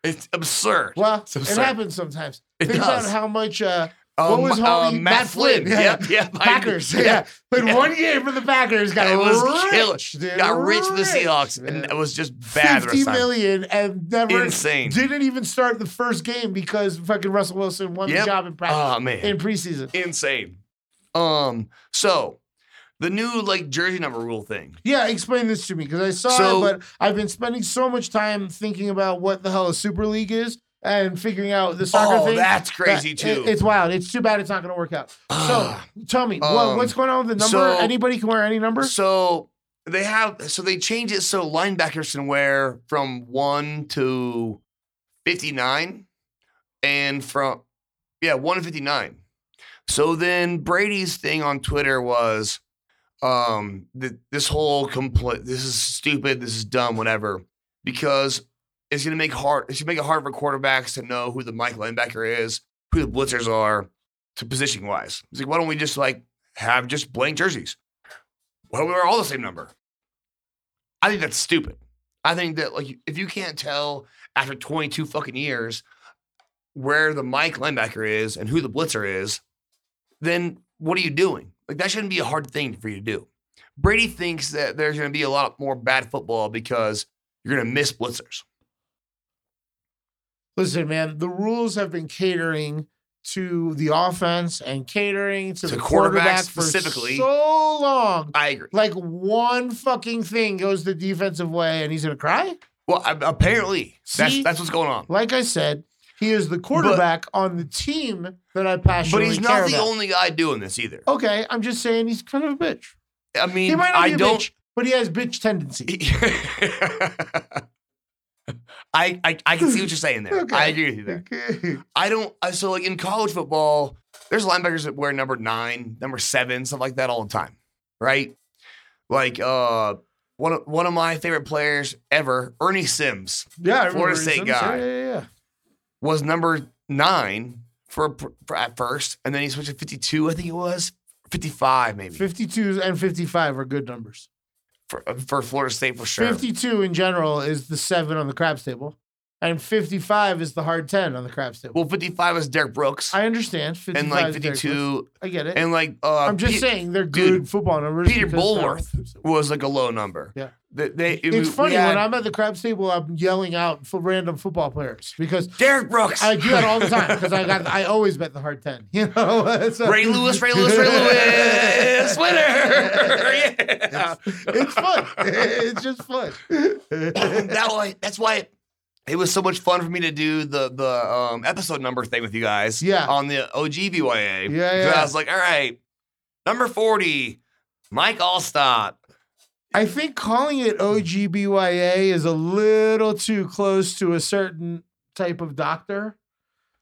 Speaker 1: It's absurd.
Speaker 2: well,
Speaker 1: So
Speaker 2: it
Speaker 1: sorry.
Speaker 2: happens sometimes.
Speaker 1: It
Speaker 2: Think
Speaker 1: does.
Speaker 2: about how much uh,
Speaker 1: Um,
Speaker 2: what was
Speaker 1: uh,
Speaker 2: homie-
Speaker 1: Matt,
Speaker 2: Matt
Speaker 1: Flynn.
Speaker 2: Flynn, yeah.
Speaker 1: Yep, yep. I-
Speaker 2: Packers. yeah, played
Speaker 1: yeah.
Speaker 2: one game for the Packers. Got
Speaker 1: It was killer.
Speaker 2: rich. Dude,
Speaker 1: Got rich with the
Speaker 2: rich,
Speaker 1: Seahawks, and
Speaker 2: man.
Speaker 1: it was just bad. the rest
Speaker 2: Fifty
Speaker 1: of the time.
Speaker 2: million and never
Speaker 1: Insane.
Speaker 2: didn't even start the first game because fucking Russell Wilson won
Speaker 1: Yep.
Speaker 2: the job in practice
Speaker 1: Oh man,
Speaker 2: in preseason.
Speaker 1: insane. Um, so the new like jersey number rule thing.
Speaker 2: Yeah, explain this to me because I saw
Speaker 1: So-
Speaker 2: it, but I've been spending so much time thinking about what the hell a Super League is and figuring out the soccer
Speaker 1: oh,
Speaker 2: thing.
Speaker 1: that's crazy
Speaker 2: That-
Speaker 1: too.
Speaker 2: it- it's wild. It's too bad it's not going to work out. So
Speaker 1: Ah.
Speaker 2: tell me,
Speaker 1: Um,
Speaker 2: what, what's going on with the number?
Speaker 1: so-
Speaker 2: Anybody can wear any number?
Speaker 1: So they have so they change it so linebackers can wear from one to fifty nine, and from yeah one to fifty nine. So then Brady's thing on Twitter was, um, th- this whole complaint, this is stupid, this is dumb, whatever, because it's gonna make hard, it's gonna make it hard for quarterbacks to know who the Mike linebacker is, who the blitzers are, to position wise. He's like, why don't we just like have just blank jerseys? Well, we were all the same number. I think that's stupid. I I think that like if you can't tell after 22 fucking years where the Mike linebacker is and who the blitzer is, then what are you doing? Like that shouldn't be a hard thing for you to do. Brady thinks that there's going to be a lot more bad football because you're going to miss blitzers.
Speaker 2: Listen, man, the rules have been catering to the offense and catering to,
Speaker 1: To
Speaker 2: the
Speaker 1: quarterbacks
Speaker 2: quarterback for
Speaker 1: specifically.
Speaker 2: so long.
Speaker 1: I agree.
Speaker 2: Like one fucking thing goes the defensive way, and he's gonna cry.
Speaker 1: Well, I, apparently
Speaker 2: See?
Speaker 1: that's that's what's going on.
Speaker 2: Like I said, he is the quarterback on the team that I
Speaker 1: But
Speaker 2: passionately
Speaker 1: he's not the
Speaker 2: care about.
Speaker 1: only guy doing this either.
Speaker 2: Okay, I'm just saying he's kind of a bitch.
Speaker 1: I mean,
Speaker 2: He might not
Speaker 1: I
Speaker 2: be a
Speaker 1: don't.
Speaker 2: bitch, but he has bitch tendencies.
Speaker 1: I, I I can see what you're saying there.
Speaker 2: Okay.
Speaker 1: I agree with you there. I don't. I, so like in college football, there's linebackers that wear number nine, number seven, stuff like that all the time, right? Like uh, one of, one of my favorite players ever, Ernie Sims,
Speaker 2: yeah, I remember
Speaker 1: Florida
Speaker 2: his
Speaker 1: State
Speaker 2: son.
Speaker 1: guy.
Speaker 2: Yeah, yeah, yeah.
Speaker 1: was number nine for, for at first, and then he switched to 52, I think it was 55 maybe
Speaker 2: 52 and 55 are good numbers.
Speaker 1: for, uh, for Florida State for sure.
Speaker 2: 52 in general is the seven on the craps table, and 55 is the hard 10 on the craps table.
Speaker 1: Well, 55 was Derek Brooks,
Speaker 2: I understand. 55
Speaker 1: and like
Speaker 2: is Derek
Speaker 1: 52,
Speaker 2: Brooks. I get it.
Speaker 1: and like uh,
Speaker 2: I'm just
Speaker 1: Pe-
Speaker 2: saying they're good
Speaker 1: dude,
Speaker 2: football numbers.
Speaker 1: Peter
Speaker 2: because uh, they're-
Speaker 1: Bullworth. was like a low number.
Speaker 2: Yeah.
Speaker 1: They, they, it
Speaker 2: It's
Speaker 1: was- we
Speaker 2: funny
Speaker 1: had
Speaker 2: when I'm at the craps table, I'm yelling out for random football players because
Speaker 1: Derek Brooks.
Speaker 2: I do that all the time because I got I always bet the hard ten. You know, So-
Speaker 1: Ray Lewis, Ray Lewis, Ray Lewis, winner. yeah.
Speaker 2: It's fun. It's just fun.
Speaker 1: that why, that's why it, was so much fun for me to do the the um, episode number thing with you guys.
Speaker 2: Yeah.
Speaker 1: On the OGBYA.
Speaker 2: Yeah,
Speaker 1: So
Speaker 2: yeah.
Speaker 1: I was like, all right, number forty, Mike Allstott.
Speaker 2: I think calling it OGBYA is a little too close to a certain type of doctor.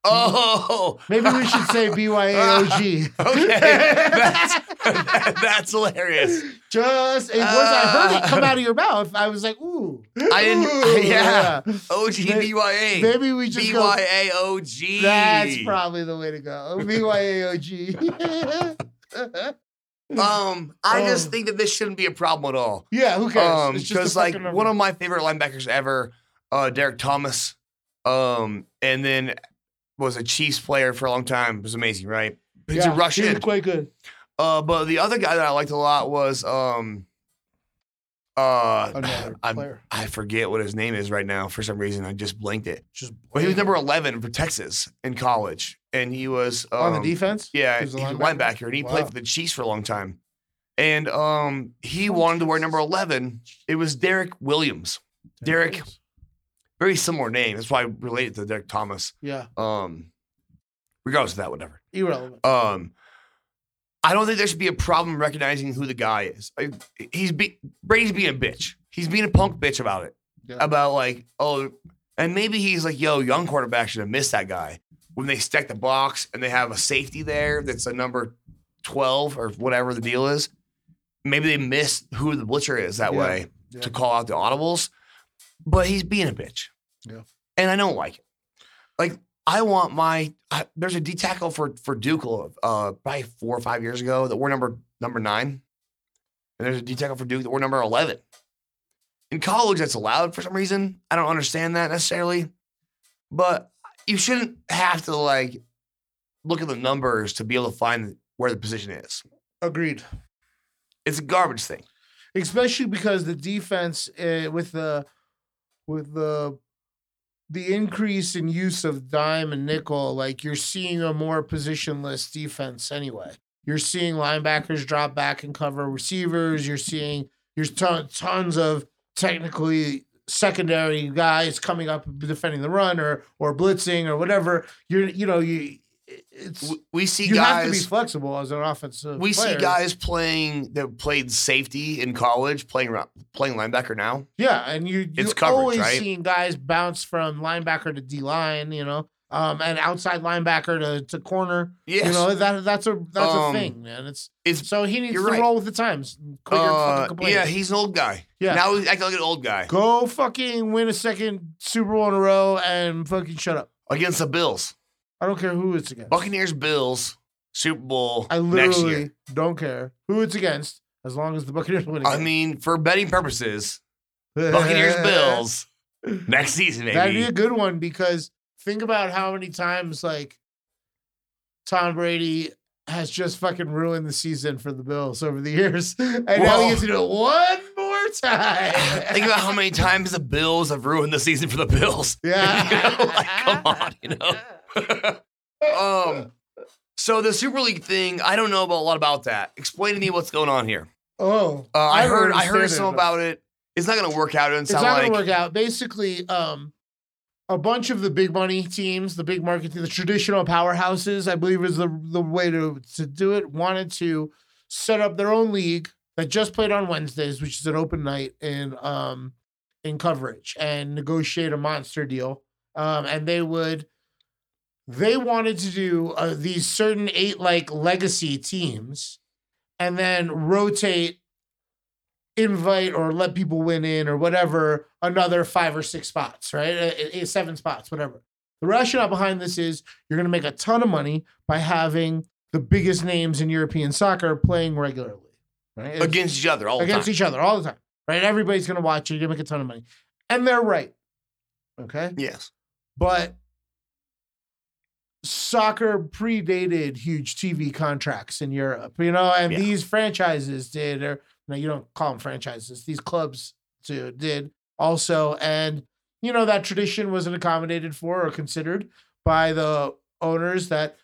Speaker 1: Oh,
Speaker 2: Maybe we should say BYAOG.
Speaker 1: okay. That's, that's hilarious.
Speaker 2: Just it was I heard it come out of your mouth. I was like, ooh.
Speaker 1: I didn't-
Speaker 2: Ooh,
Speaker 1: yeah.
Speaker 2: yeah.
Speaker 1: OGBYA.
Speaker 2: Maybe we just go
Speaker 1: BYAOG.
Speaker 2: That's probably the way to go. BYAOG.
Speaker 1: Um, I
Speaker 2: Oh.
Speaker 1: just think that this shouldn't be a problem at all.
Speaker 2: yeah, who cares?
Speaker 1: Um,
Speaker 2: It's just a
Speaker 1: because like
Speaker 2: fucking number.
Speaker 1: one of my favorite linebackers ever, uh, Derek Thomas, um, and then was a Chiefs player for a long time. It was amazing, right? He's
Speaker 2: yeah,
Speaker 1: a Russian.
Speaker 2: He was quite good.
Speaker 1: uh, but the other guy that I liked a lot was um, uh,
Speaker 2: Another
Speaker 1: I'm,
Speaker 2: player.
Speaker 1: I forget what his name is right now. For some reason, I just blanked it.
Speaker 2: Just
Speaker 1: But he was number eleven for Texas in college, and he was um,
Speaker 2: on the defense.
Speaker 1: Yeah,
Speaker 2: He
Speaker 1: he
Speaker 2: was
Speaker 1: was
Speaker 2: a
Speaker 1: a linebacker,
Speaker 2: linebacker?
Speaker 1: and he
Speaker 2: Wow.
Speaker 1: played for the Chiefs for a long time. And um, he wanted to wear number 11. It was Derek Williams. Derek, very similar name. That's why I related to Derek Thomas.
Speaker 2: Yeah,
Speaker 1: Um, regardless of that, whatever.
Speaker 2: irrelevant.
Speaker 1: Um, I don't think there should be a problem recognizing who the guy is. Like, he's be- Brady's being a bitch. He's being a punk bitch about it.
Speaker 2: Yeah.
Speaker 1: About like, oh, and maybe he's like, yo, young quarterback should have missed that guy when they stack the box and they have a safety there that's a number twelve or whatever the deal is. Maybe they miss who the blitzer is that
Speaker 2: Yeah.
Speaker 1: way
Speaker 2: Yeah.
Speaker 1: to call out the audibles, but he's being a bitch.
Speaker 2: Yeah.
Speaker 1: And I don't like it. Like, I want my I, there's a D tackle for for Duke uh probably four or five years ago that we're number number nine. And there's a D tackle for Duke that we're number eleven. In college, that's allowed for some reason. I don't understand that necessarily. But you shouldn't have to like look at the numbers to be able to find where the position is.
Speaker 2: Agreed.
Speaker 1: It's a garbage thing.
Speaker 2: Especially because the defense uh, with the with the the increase in use of dime and nickel, like you're seeing a more positionless defense anyway. You're seeing linebackers drop back and cover receivers. You're seeing there's ton, tons of technically secondary guys coming up and defending the run or or blitzing or whatever. You're you know you it's
Speaker 1: We, we see
Speaker 2: you
Speaker 1: guys
Speaker 2: have to be flexible as an offensive.
Speaker 1: We
Speaker 2: player.
Speaker 1: see guys playing that played safety in college playing ro- playing linebacker now.
Speaker 2: Yeah, and you you
Speaker 1: It's coverage,
Speaker 2: always
Speaker 1: right?
Speaker 2: seeing guys bounce from linebacker to D line, you know, um, and outside linebacker to, to corner.
Speaker 1: Yes,
Speaker 2: You know that that's a that's
Speaker 1: Um,
Speaker 2: a thing, man. It's
Speaker 1: it's
Speaker 2: so he needs to
Speaker 1: you're right.
Speaker 2: roll with the times. Quit your fucking
Speaker 1: uh,
Speaker 2: complaining.
Speaker 1: yeah. He's an old guy.
Speaker 2: Yeah.
Speaker 1: now he's acting like an old guy
Speaker 2: Go fucking win a second Super Bowl in a row and fucking shut up.
Speaker 1: against the Bills,
Speaker 2: I don't care who it's against.
Speaker 1: Buccaneers, Bills, Super Bowl
Speaker 2: I
Speaker 1: next year.
Speaker 2: literally don't care who it's against as long as the Buccaneers win.
Speaker 1: I
Speaker 2: again.
Speaker 1: mean, for betting purposes, Buccaneers Bills next season,
Speaker 2: That'd be
Speaker 1: maybe.
Speaker 2: a good one because think about how many times like Tom Brady has just fucking ruined the season for the Bills over the years, and now
Speaker 1: Well-
Speaker 2: he gets to do it one more time.
Speaker 1: Think about how many times the Bills have ruined the season for the Bills.
Speaker 2: yeah,
Speaker 1: You know, like, come on, you know? um, so the Super League thing, I don't know about a lot about that. Explain to me what's going on here.
Speaker 2: Oh,
Speaker 1: Uh, I,
Speaker 2: don't
Speaker 1: heard I heard
Speaker 2: understand it,
Speaker 1: some
Speaker 2: but-
Speaker 1: about it. It's not going to work out. It doesn't
Speaker 2: It's
Speaker 1: sound
Speaker 2: not
Speaker 1: like.
Speaker 2: gonna work out. Basically, um, a bunch of the big money teams, the big market, the traditional powerhouses, I believe is the the way to to do it. Wanted to set up their own league that just played on Wednesdays, which is an open night in um in coverage, and negotiate a monster deal. Um, and they would they wanted to do uh, these certain eight like legacy teams and then rotate invite or let people win in or whatever another five or six spots right Uh, uh, seven spots whatever the rationale behind this is you're going to make a ton of money by having the biggest names in european soccer playing regularly right It's-
Speaker 1: Against each other all the time.
Speaker 2: against each other all the time right everybody's going to watch it you're going to make a ton of money and they're right okay
Speaker 1: Yes.
Speaker 2: but soccer predated huge TV contracts in Europe, you know, and
Speaker 1: Yeah.
Speaker 2: these franchises did, or no, you don't call them franchises, these clubs too did also. And, you know, that tradition wasn't accommodated for or considered by the owners that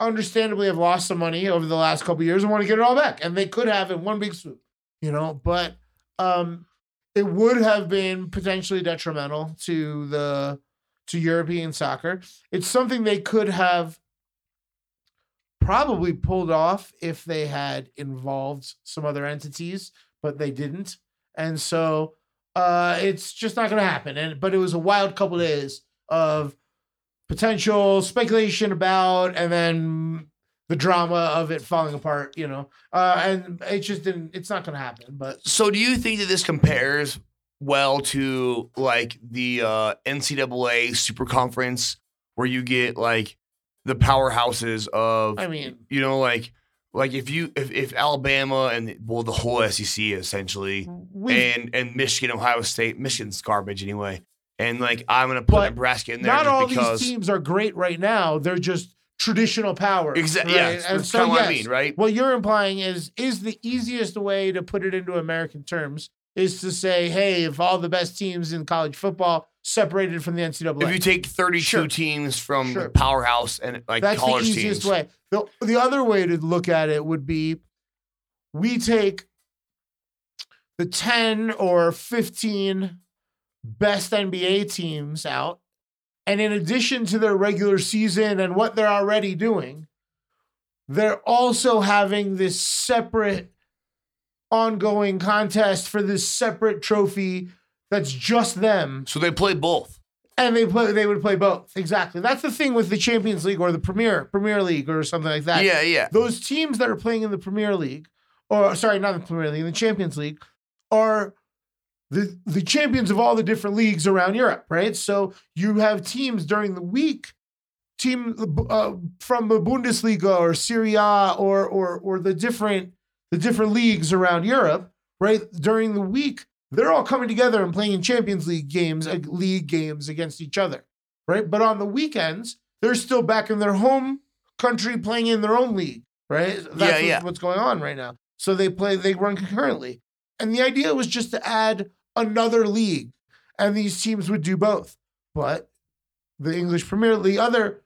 Speaker 2: understandably have lost some money over the last couple of years and want to get it all back. And they could have in one big swoop, you know, but um it would have been potentially detrimental to the to European soccer. It's something they could have probably pulled off if they had involved some other entities, but they didn't. And so uh, it's just not going to happen. And but it was a wild couple days of potential speculation about, and then the drama of it falling apart. You know, uh, and it just didn't. It's not going to happen. But
Speaker 1: So do you think that this compares well to like the uh, NCAA Super Conference where you get like the powerhouses of
Speaker 2: I mean,
Speaker 1: you know like like if you if, if Alabama and well the whole SEC essentially
Speaker 2: we
Speaker 1: and and Michigan Ohio State Michigan's garbage anyway and like I'm gonna put
Speaker 2: But
Speaker 1: Nebraska in there
Speaker 2: not
Speaker 1: just
Speaker 2: all
Speaker 1: because
Speaker 2: these teams are great right now. They're just traditional power.
Speaker 1: exactly yeah
Speaker 2: right?
Speaker 1: that's
Speaker 2: And so,
Speaker 1: kind of what I
Speaker 2: yes,
Speaker 1: mean right
Speaker 2: What you're implying is is the easiest way to put it into American terms is to say, hey, if all the best teams in college football separated from the NCAA,
Speaker 1: if you take 32
Speaker 2: Sure.
Speaker 1: teams from the
Speaker 2: Sure.
Speaker 1: powerhouse and like
Speaker 2: that's the
Speaker 1: college
Speaker 2: easiest
Speaker 1: teams
Speaker 2: way. The, the other way to look at it would be we take the 10 or 15 best NBA teams out, and in addition to their regular season and what they're already doing, they're also having this separate ongoing contest for this separate trophy that's just them
Speaker 1: so they play both
Speaker 2: and they play. They would play both. Exactly. That's the thing with the Champions League or the Premier Premier League or something like that.
Speaker 1: yeah yeah
Speaker 2: Those teams that are playing in the Premier League, or sorry, not the Premier League, in the Champions League, are the the champions of all the different leagues around Europe, right? So you have teams during the week, team uh, from the Bundesliga or Syria or or or the different the different leagues around Europe, right? During the week, they're all coming together and playing Champions League games, uh, league games against each other, right? But on the weekends, they're still back in their home country playing in their own league, right? That's
Speaker 1: Yeah,
Speaker 2: what-
Speaker 1: yeah.
Speaker 2: what's going on right now. So they play, they run concurrently. And the idea was just to add another league, and these teams would do both. But the English Premier League, other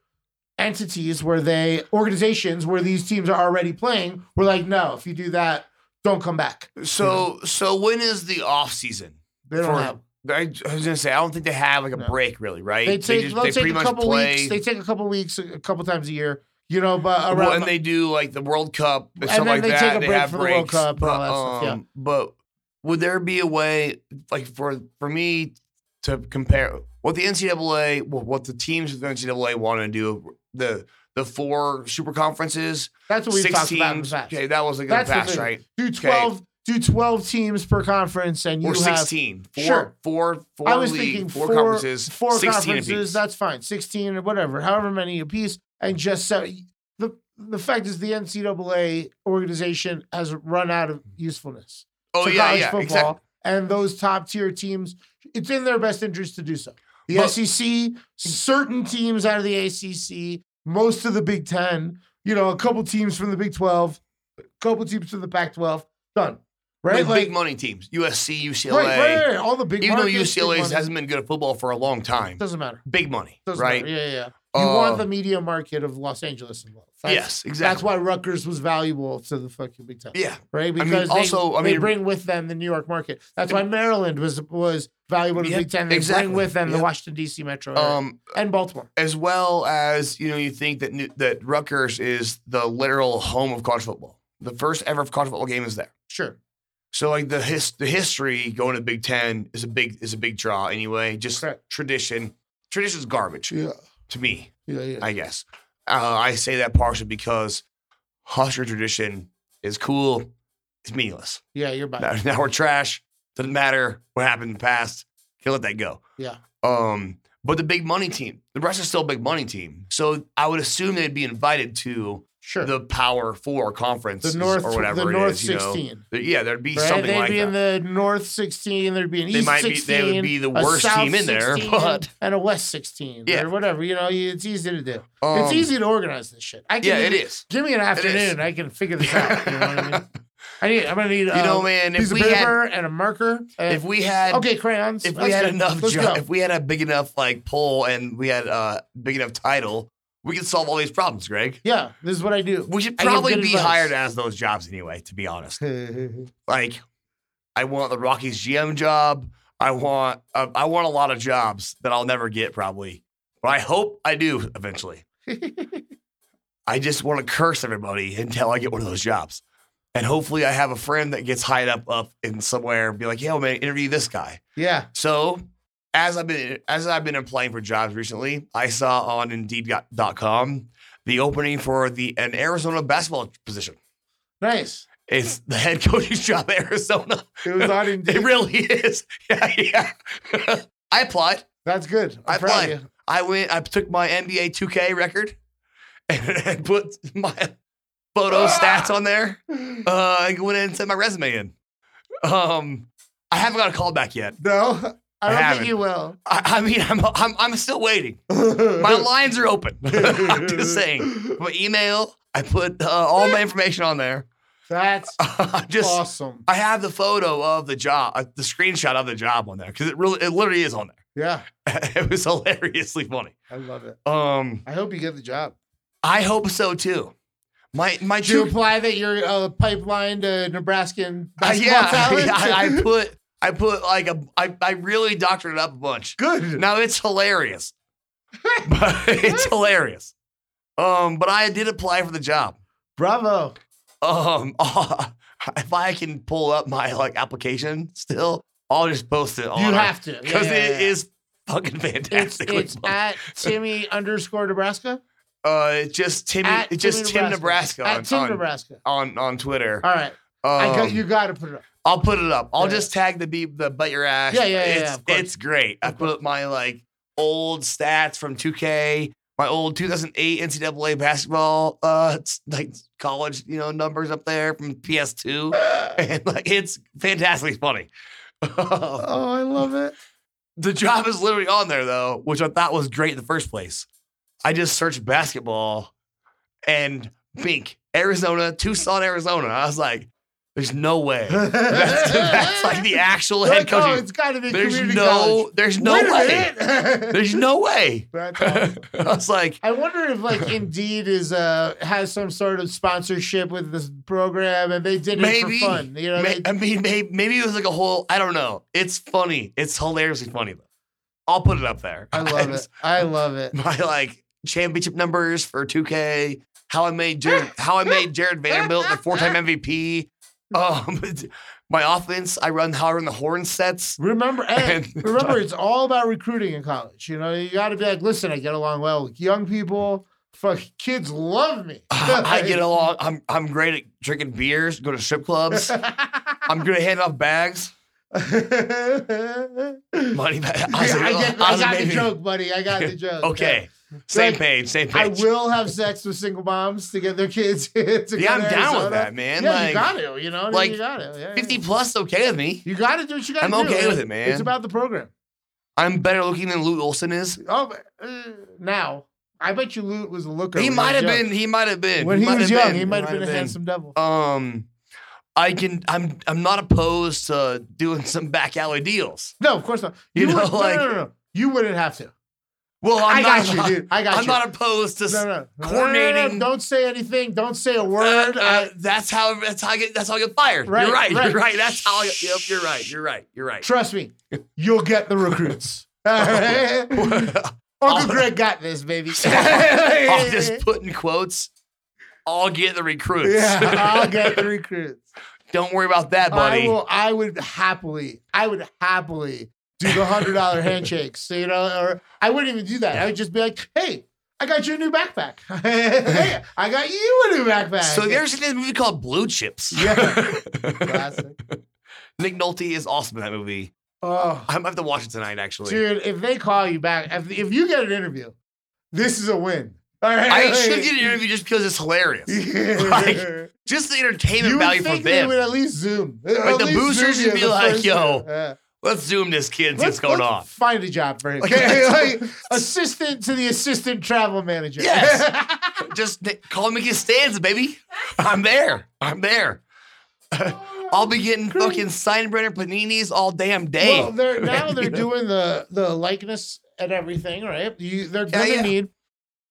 Speaker 2: entities where they organizations where these teams are already playing were like, no, if you do that, don't come back.
Speaker 1: So so when is the off season?
Speaker 2: They don't
Speaker 1: For-
Speaker 2: have.
Speaker 1: I, I was gonna say I don't think they have like a
Speaker 2: No.
Speaker 1: break really, right?
Speaker 2: They take
Speaker 1: just-
Speaker 2: they'll take a couple weeks. They take a couple weeks, a couple times a year, you know. But
Speaker 1: well,
Speaker 2: around
Speaker 1: and they do like the World Cup and,
Speaker 2: And
Speaker 1: stuff
Speaker 2: then
Speaker 1: like
Speaker 2: they
Speaker 1: that.
Speaker 2: take a
Speaker 1: they
Speaker 2: break
Speaker 1: have
Speaker 2: for the
Speaker 1: breaks,
Speaker 2: World Cup and
Speaker 1: but,
Speaker 2: all that stuff, yeah.
Speaker 1: um, But would there be a way like for for me to compare what the NCAA, well, what the teams of the NCAA want to do the the four super conferences,
Speaker 2: that's what we've
Speaker 1: six
Speaker 2: talked
Speaker 1: teams.
Speaker 2: about in the past.
Speaker 1: Okay, that was like in the
Speaker 2: That's the
Speaker 1: past,
Speaker 2: thing.
Speaker 1: right?
Speaker 2: Do twelve, do twelve teams per conference, and you
Speaker 1: Or
Speaker 2: have.
Speaker 1: sixteen, four,
Speaker 2: Sure.
Speaker 1: four, four
Speaker 2: I was
Speaker 1: league-
Speaker 2: thinking
Speaker 1: four,
Speaker 2: four,
Speaker 1: conferences,
Speaker 2: four
Speaker 1: sixteen
Speaker 2: conferences.
Speaker 1: apiece.
Speaker 2: That's fine, sixteen or whatever, however many a piece, and just so the the fact is the NCAA organization has run out of usefulness.
Speaker 1: Oh
Speaker 2: to
Speaker 1: yeah,
Speaker 2: college
Speaker 1: Oh, yeah,
Speaker 2: football
Speaker 1: exactly.
Speaker 2: and those top tier teams, it's in their best interest to do so. The
Speaker 1: But-
Speaker 2: SEC, certain teams out of the ACC, most of the Big Ten, you know, a couple teams from the Big 12, a couple teams from the Pac 12, done. Right?
Speaker 1: Like, big money teams, USC, UCLA.
Speaker 2: right, right, right, right. All the big
Speaker 1: Even though
Speaker 2: markets, big
Speaker 1: UCLA
Speaker 2: money.
Speaker 1: hasn't been good at football for a long time,
Speaker 2: doesn't matter.
Speaker 1: big money,
Speaker 2: Doesn't
Speaker 1: right?
Speaker 2: matter. Yeah, yeah, yeah. You
Speaker 1: Uh,
Speaker 2: want the media market of Los Angeles and love. That's,
Speaker 1: yes,
Speaker 2: That's
Speaker 1: exactly.
Speaker 2: why Rutgers was valuable to the fucking Big Ten.
Speaker 1: yeah,
Speaker 2: right?
Speaker 1: mean,
Speaker 2: Because they,
Speaker 1: also, I
Speaker 2: they
Speaker 1: mean-
Speaker 2: bring with them the New York market. That's why Maryland was was valuable to the
Speaker 1: Yeah,
Speaker 2: Big Ten. They
Speaker 1: exactly.
Speaker 2: bring with them
Speaker 1: Yeah.
Speaker 2: the Washington D.C. metro area.
Speaker 1: um,
Speaker 2: and Baltimore.
Speaker 1: as well as you know, you think that New- that Rutgers is the literal home of college football. The first ever college football game is there.
Speaker 2: Sure,
Speaker 1: So like the his, the history going to the Big Ten is a big is a big draw anyway. Just
Speaker 2: Correct.
Speaker 1: tradition. Tradition's garbage
Speaker 2: yeah,
Speaker 1: to me,
Speaker 2: yeah, yeah.
Speaker 1: I guess. Uh, I say that partially because Husker tradition is cool. It's meaningless.
Speaker 2: yeah, you're back.
Speaker 1: Now, now we're trash. Doesn't matter what happened in the past. Can't let that go.
Speaker 2: Yeah.
Speaker 1: Um, but the big money team, the rest is still a big money team. So I would assume they'd be invited to
Speaker 2: Sure, the,
Speaker 1: the Power Four conference
Speaker 2: North,
Speaker 1: or whatever
Speaker 2: the
Speaker 1: it
Speaker 2: North
Speaker 1: is, you know.
Speaker 2: sixteen.
Speaker 1: There- Yeah, there'd be
Speaker 2: right?
Speaker 1: something
Speaker 2: they'd
Speaker 1: like
Speaker 2: be
Speaker 1: that.
Speaker 2: in the North 16, there'd be an
Speaker 1: They
Speaker 2: East
Speaker 1: might be-
Speaker 2: 16.
Speaker 1: they would be the
Speaker 2: a
Speaker 1: worst
Speaker 2: South
Speaker 1: team in there,
Speaker 2: 16,
Speaker 1: but-
Speaker 2: and a West 16
Speaker 1: Yeah.
Speaker 2: or whatever. You know, you- it's easy to do.
Speaker 1: Um,
Speaker 2: it's easy to organize this shit. I can
Speaker 1: Yeah, it
Speaker 2: even-
Speaker 1: is.
Speaker 2: Give me an
Speaker 1: is.
Speaker 2: afternoon, I can figure this out. You know what I mean? I need. I'm gonna need.
Speaker 1: You know,
Speaker 2: uh,
Speaker 1: man,
Speaker 2: piece
Speaker 1: if
Speaker 2: of
Speaker 1: we had
Speaker 2: paper and a marker. and-
Speaker 1: if we had
Speaker 2: okay, crayons.
Speaker 1: if we
Speaker 2: That's
Speaker 1: had
Speaker 2: good.
Speaker 1: enough
Speaker 2: Let's
Speaker 1: jo-
Speaker 2: go.
Speaker 1: if we had a big enough like poll and we had a big enough title, we could solve all these problems, Greg.
Speaker 2: yeah, this is what I do.
Speaker 1: We should
Speaker 2: I give
Speaker 1: probably
Speaker 2: good
Speaker 1: be
Speaker 2: advice.
Speaker 1: hired as those jobs anyway, to be honest. like I want the Rockies GM job. I want uh, I want a lot of jobs that I'll never get probably, but I hope I do eventually. I just want to curse everybody until I get one of those jobs, and hopefully I have a friend that gets hired up up in somewhere and be like, "Yo, man, interview this guy."
Speaker 2: yeah,
Speaker 1: So as I've been as I've been applying for jobs recently, I saw on Indeed.com the opening for the an Arizona basketball position.
Speaker 2: nice.
Speaker 1: It's the head coaching job at Arizona.
Speaker 2: It was on
Speaker 1: It
Speaker 2: Indeed.
Speaker 1: really is. Yeah, yeah. I applied.
Speaker 2: That's good. I'm
Speaker 1: I
Speaker 2: proud
Speaker 1: applied.
Speaker 2: of you.
Speaker 1: I went. I took my NBA 2K record and, and put my photo stats on there. Uh, I went in and sent my resume in. Um, I haven't got a call back yet.
Speaker 2: No, I don't
Speaker 1: haven't.
Speaker 2: think you will.
Speaker 1: I, I mean, I'm, I'm I'm still waiting. My lines are open. I'm just saying. My email. I put uh, all my information on there.
Speaker 2: That's
Speaker 1: I just
Speaker 2: awesome.
Speaker 1: I have the photo of the job, uh, the screenshot of the job on there because it really it literally is on there.
Speaker 2: Yeah,
Speaker 1: it was hilariously funny.
Speaker 2: I love it.
Speaker 1: Um,
Speaker 2: I hope you get the job.
Speaker 1: I hope so too. My my
Speaker 2: Did you
Speaker 1: two,
Speaker 2: apply that you're a pipeline to Nebraskan
Speaker 1: uh,
Speaker 2: basketball
Speaker 1: yeah,
Speaker 2: talent?
Speaker 1: I, I put I put like a I I really doctored it up a bunch.
Speaker 2: good.
Speaker 1: Now it's hilarious, but it's hilarious. Um, but I did apply for the job.
Speaker 2: Bravo.
Speaker 1: Um, if I can pull up my like application still, I'll just post it.
Speaker 2: you have to
Speaker 1: because
Speaker 2: Yeah,
Speaker 1: it
Speaker 2: yeah,
Speaker 1: is
Speaker 2: yeah.
Speaker 1: fucking
Speaker 2: It's,
Speaker 1: fantastic.
Speaker 2: it's at Timmy underscore Nebraska.
Speaker 1: uh, it's just Timmy,
Speaker 2: At
Speaker 1: it's just Tim Nebraska, on,
Speaker 2: At Tim
Speaker 1: on-
Speaker 2: Nebraska.
Speaker 1: on on Twitter.
Speaker 2: All right. I got,
Speaker 1: Um,
Speaker 2: you got to put it up.
Speaker 1: I'll put it up. I'll
Speaker 2: Yeah.
Speaker 1: just tag the be the butt your ass.
Speaker 2: Yeah, yeah, yeah,
Speaker 1: It's,
Speaker 2: yeah, of course.
Speaker 1: it's great. I put my like old stats from 2K, my old 2008 NCAA basketball, uh, s- like college, you know, numbers up there from PS2, and like it's fantastically funny.
Speaker 2: Oh, I love it.
Speaker 1: the job is literally on there though, which I thought was great in the first place. I just searched basketball and Bink, Arizona, Tucson, Arizona. I was like, there's no way. That's, that's like the actual
Speaker 2: You're
Speaker 1: head
Speaker 2: like, oh,
Speaker 1: coaching.
Speaker 2: it's got to be
Speaker 1: There's
Speaker 2: community
Speaker 1: no,
Speaker 2: college.
Speaker 1: there's no
Speaker 2: Wait a
Speaker 1: way.
Speaker 2: minute.
Speaker 1: There's no way.
Speaker 2: That's
Speaker 1: I
Speaker 2: awesome.
Speaker 1: was like,
Speaker 2: I wonder if like Indeed is uh has some sort of sponsorship with this program and they did it
Speaker 1: Maybe.
Speaker 2: for fun. You know,
Speaker 1: ma-
Speaker 2: they-
Speaker 1: I mean, maybe, maybe it was like a whole. I don't know. It's funny. It's hilariously funny though. I'll put it up there.
Speaker 2: I love it. I love it.
Speaker 1: My like championship numbers for 2K. How I made Jared, how I made Jared Vanderbilt the four-time MVP. Um, my offense. I run how I run the horn sets.
Speaker 2: Remember, and
Speaker 1: And-
Speaker 2: remember, it's all about recruiting in college. You know, you got to be like, listen, I get along well with young people. Fuck, kids love me.
Speaker 1: I get along. I'm I'm great at drinking beers. Go to strip clubs. I'm good at handing off bags. Money back.
Speaker 2: I,
Speaker 1: was like,
Speaker 2: I
Speaker 1: oh,
Speaker 2: get,
Speaker 1: I
Speaker 2: I
Speaker 1: was
Speaker 2: got the
Speaker 1: maybe-
Speaker 2: joke, buddy. I got the joke.
Speaker 1: Okay. Same
Speaker 2: Like,
Speaker 1: page. Same
Speaker 2: I
Speaker 1: page.
Speaker 2: will have sex with single moms to get their kids. to
Speaker 1: yeah, I'm
Speaker 2: go to
Speaker 1: down
Speaker 2: Arizona.
Speaker 1: with that, man.
Speaker 2: Yeah,
Speaker 1: like
Speaker 2: you got to. You know,
Speaker 1: like,
Speaker 2: you got it. Yeah, yeah.
Speaker 1: 50 plus, okay with me.
Speaker 2: You got to do what you got to
Speaker 1: I'm
Speaker 2: do.
Speaker 1: okay with it, man.
Speaker 2: It's about the program.
Speaker 1: I'm better looking than Lou Olson is.
Speaker 2: Oh, but, uh, now I bet you Lute was a looker.
Speaker 1: He
Speaker 2: when
Speaker 1: might
Speaker 2: was
Speaker 1: have
Speaker 2: young.
Speaker 1: been. He might have been.
Speaker 2: when he,
Speaker 1: might
Speaker 2: was
Speaker 1: have
Speaker 2: young.
Speaker 1: been,
Speaker 2: He might have been a handsome devil.
Speaker 1: Um, I can. I'm. I'm not opposed to doing some back alley deals.
Speaker 2: No, of course not.
Speaker 1: You know,
Speaker 2: would,
Speaker 1: like-
Speaker 2: no, no, no, no. You wouldn't have to.
Speaker 1: Well, I'm
Speaker 2: i
Speaker 1: not.
Speaker 2: got you, dude. I got
Speaker 1: I'm
Speaker 2: you.
Speaker 1: not opposed to. s-
Speaker 2: no, no, no, No, no,
Speaker 1: coordinating-
Speaker 2: no. Don't say anything. Don't say a
Speaker 1: uh,
Speaker 2: word.
Speaker 1: uh,
Speaker 2: I-
Speaker 1: that's how. That's how I get. That's how I get fired.
Speaker 2: Right,
Speaker 1: you're right,
Speaker 2: right.
Speaker 1: You're right. That's how. I, yep. You're right. You're right. You're right.
Speaker 2: trust me, you'll get the recruits. All right? Uncle Greg got this, baby.
Speaker 1: I'll just put in quotes. I'll get the recruits.
Speaker 2: yeah, I'll get the recruits.
Speaker 1: Don't worry about that, buddy.
Speaker 2: I will. I would happily. I would happily do the hundred dollar handshakes. So, you know, or I wouldn't even do that. I would just be like, "Hey, I got you a new backpack. hey, I got you a new backpack."
Speaker 1: So there's this movie called Blue Chips.
Speaker 2: Yeah. classic.
Speaker 1: Nick Nolte is awesome in that movie.
Speaker 2: Oh,
Speaker 1: I'm gonna have to watch it tonight, actually.
Speaker 2: dude, if they call you back, if, if you get an interview, this is a win. All right,
Speaker 1: I should get an interview just because it's hilarious.
Speaker 2: Yeah.
Speaker 1: Just the
Speaker 2: you
Speaker 1: entertainment
Speaker 2: would
Speaker 1: value for
Speaker 2: think they would
Speaker 1: them.
Speaker 2: at least zoom.
Speaker 1: Like, the boosters should be like, yo, Let's zoom this kid and see what's going on.
Speaker 2: Find a job for him.
Speaker 1: Like,
Speaker 2: Okay,
Speaker 1: let's-
Speaker 2: like, assistant to the assistant travel manager.
Speaker 1: Yes. Just n- call me Costanza, baby. I'm there. I'm there. I'll be getting fucking Steinbrenner paninis all damn day.
Speaker 2: well, they're now
Speaker 1: You
Speaker 2: they're
Speaker 1: know?
Speaker 2: doing the the likeness and everything, right? You, they're gonna
Speaker 1: yeah.
Speaker 2: need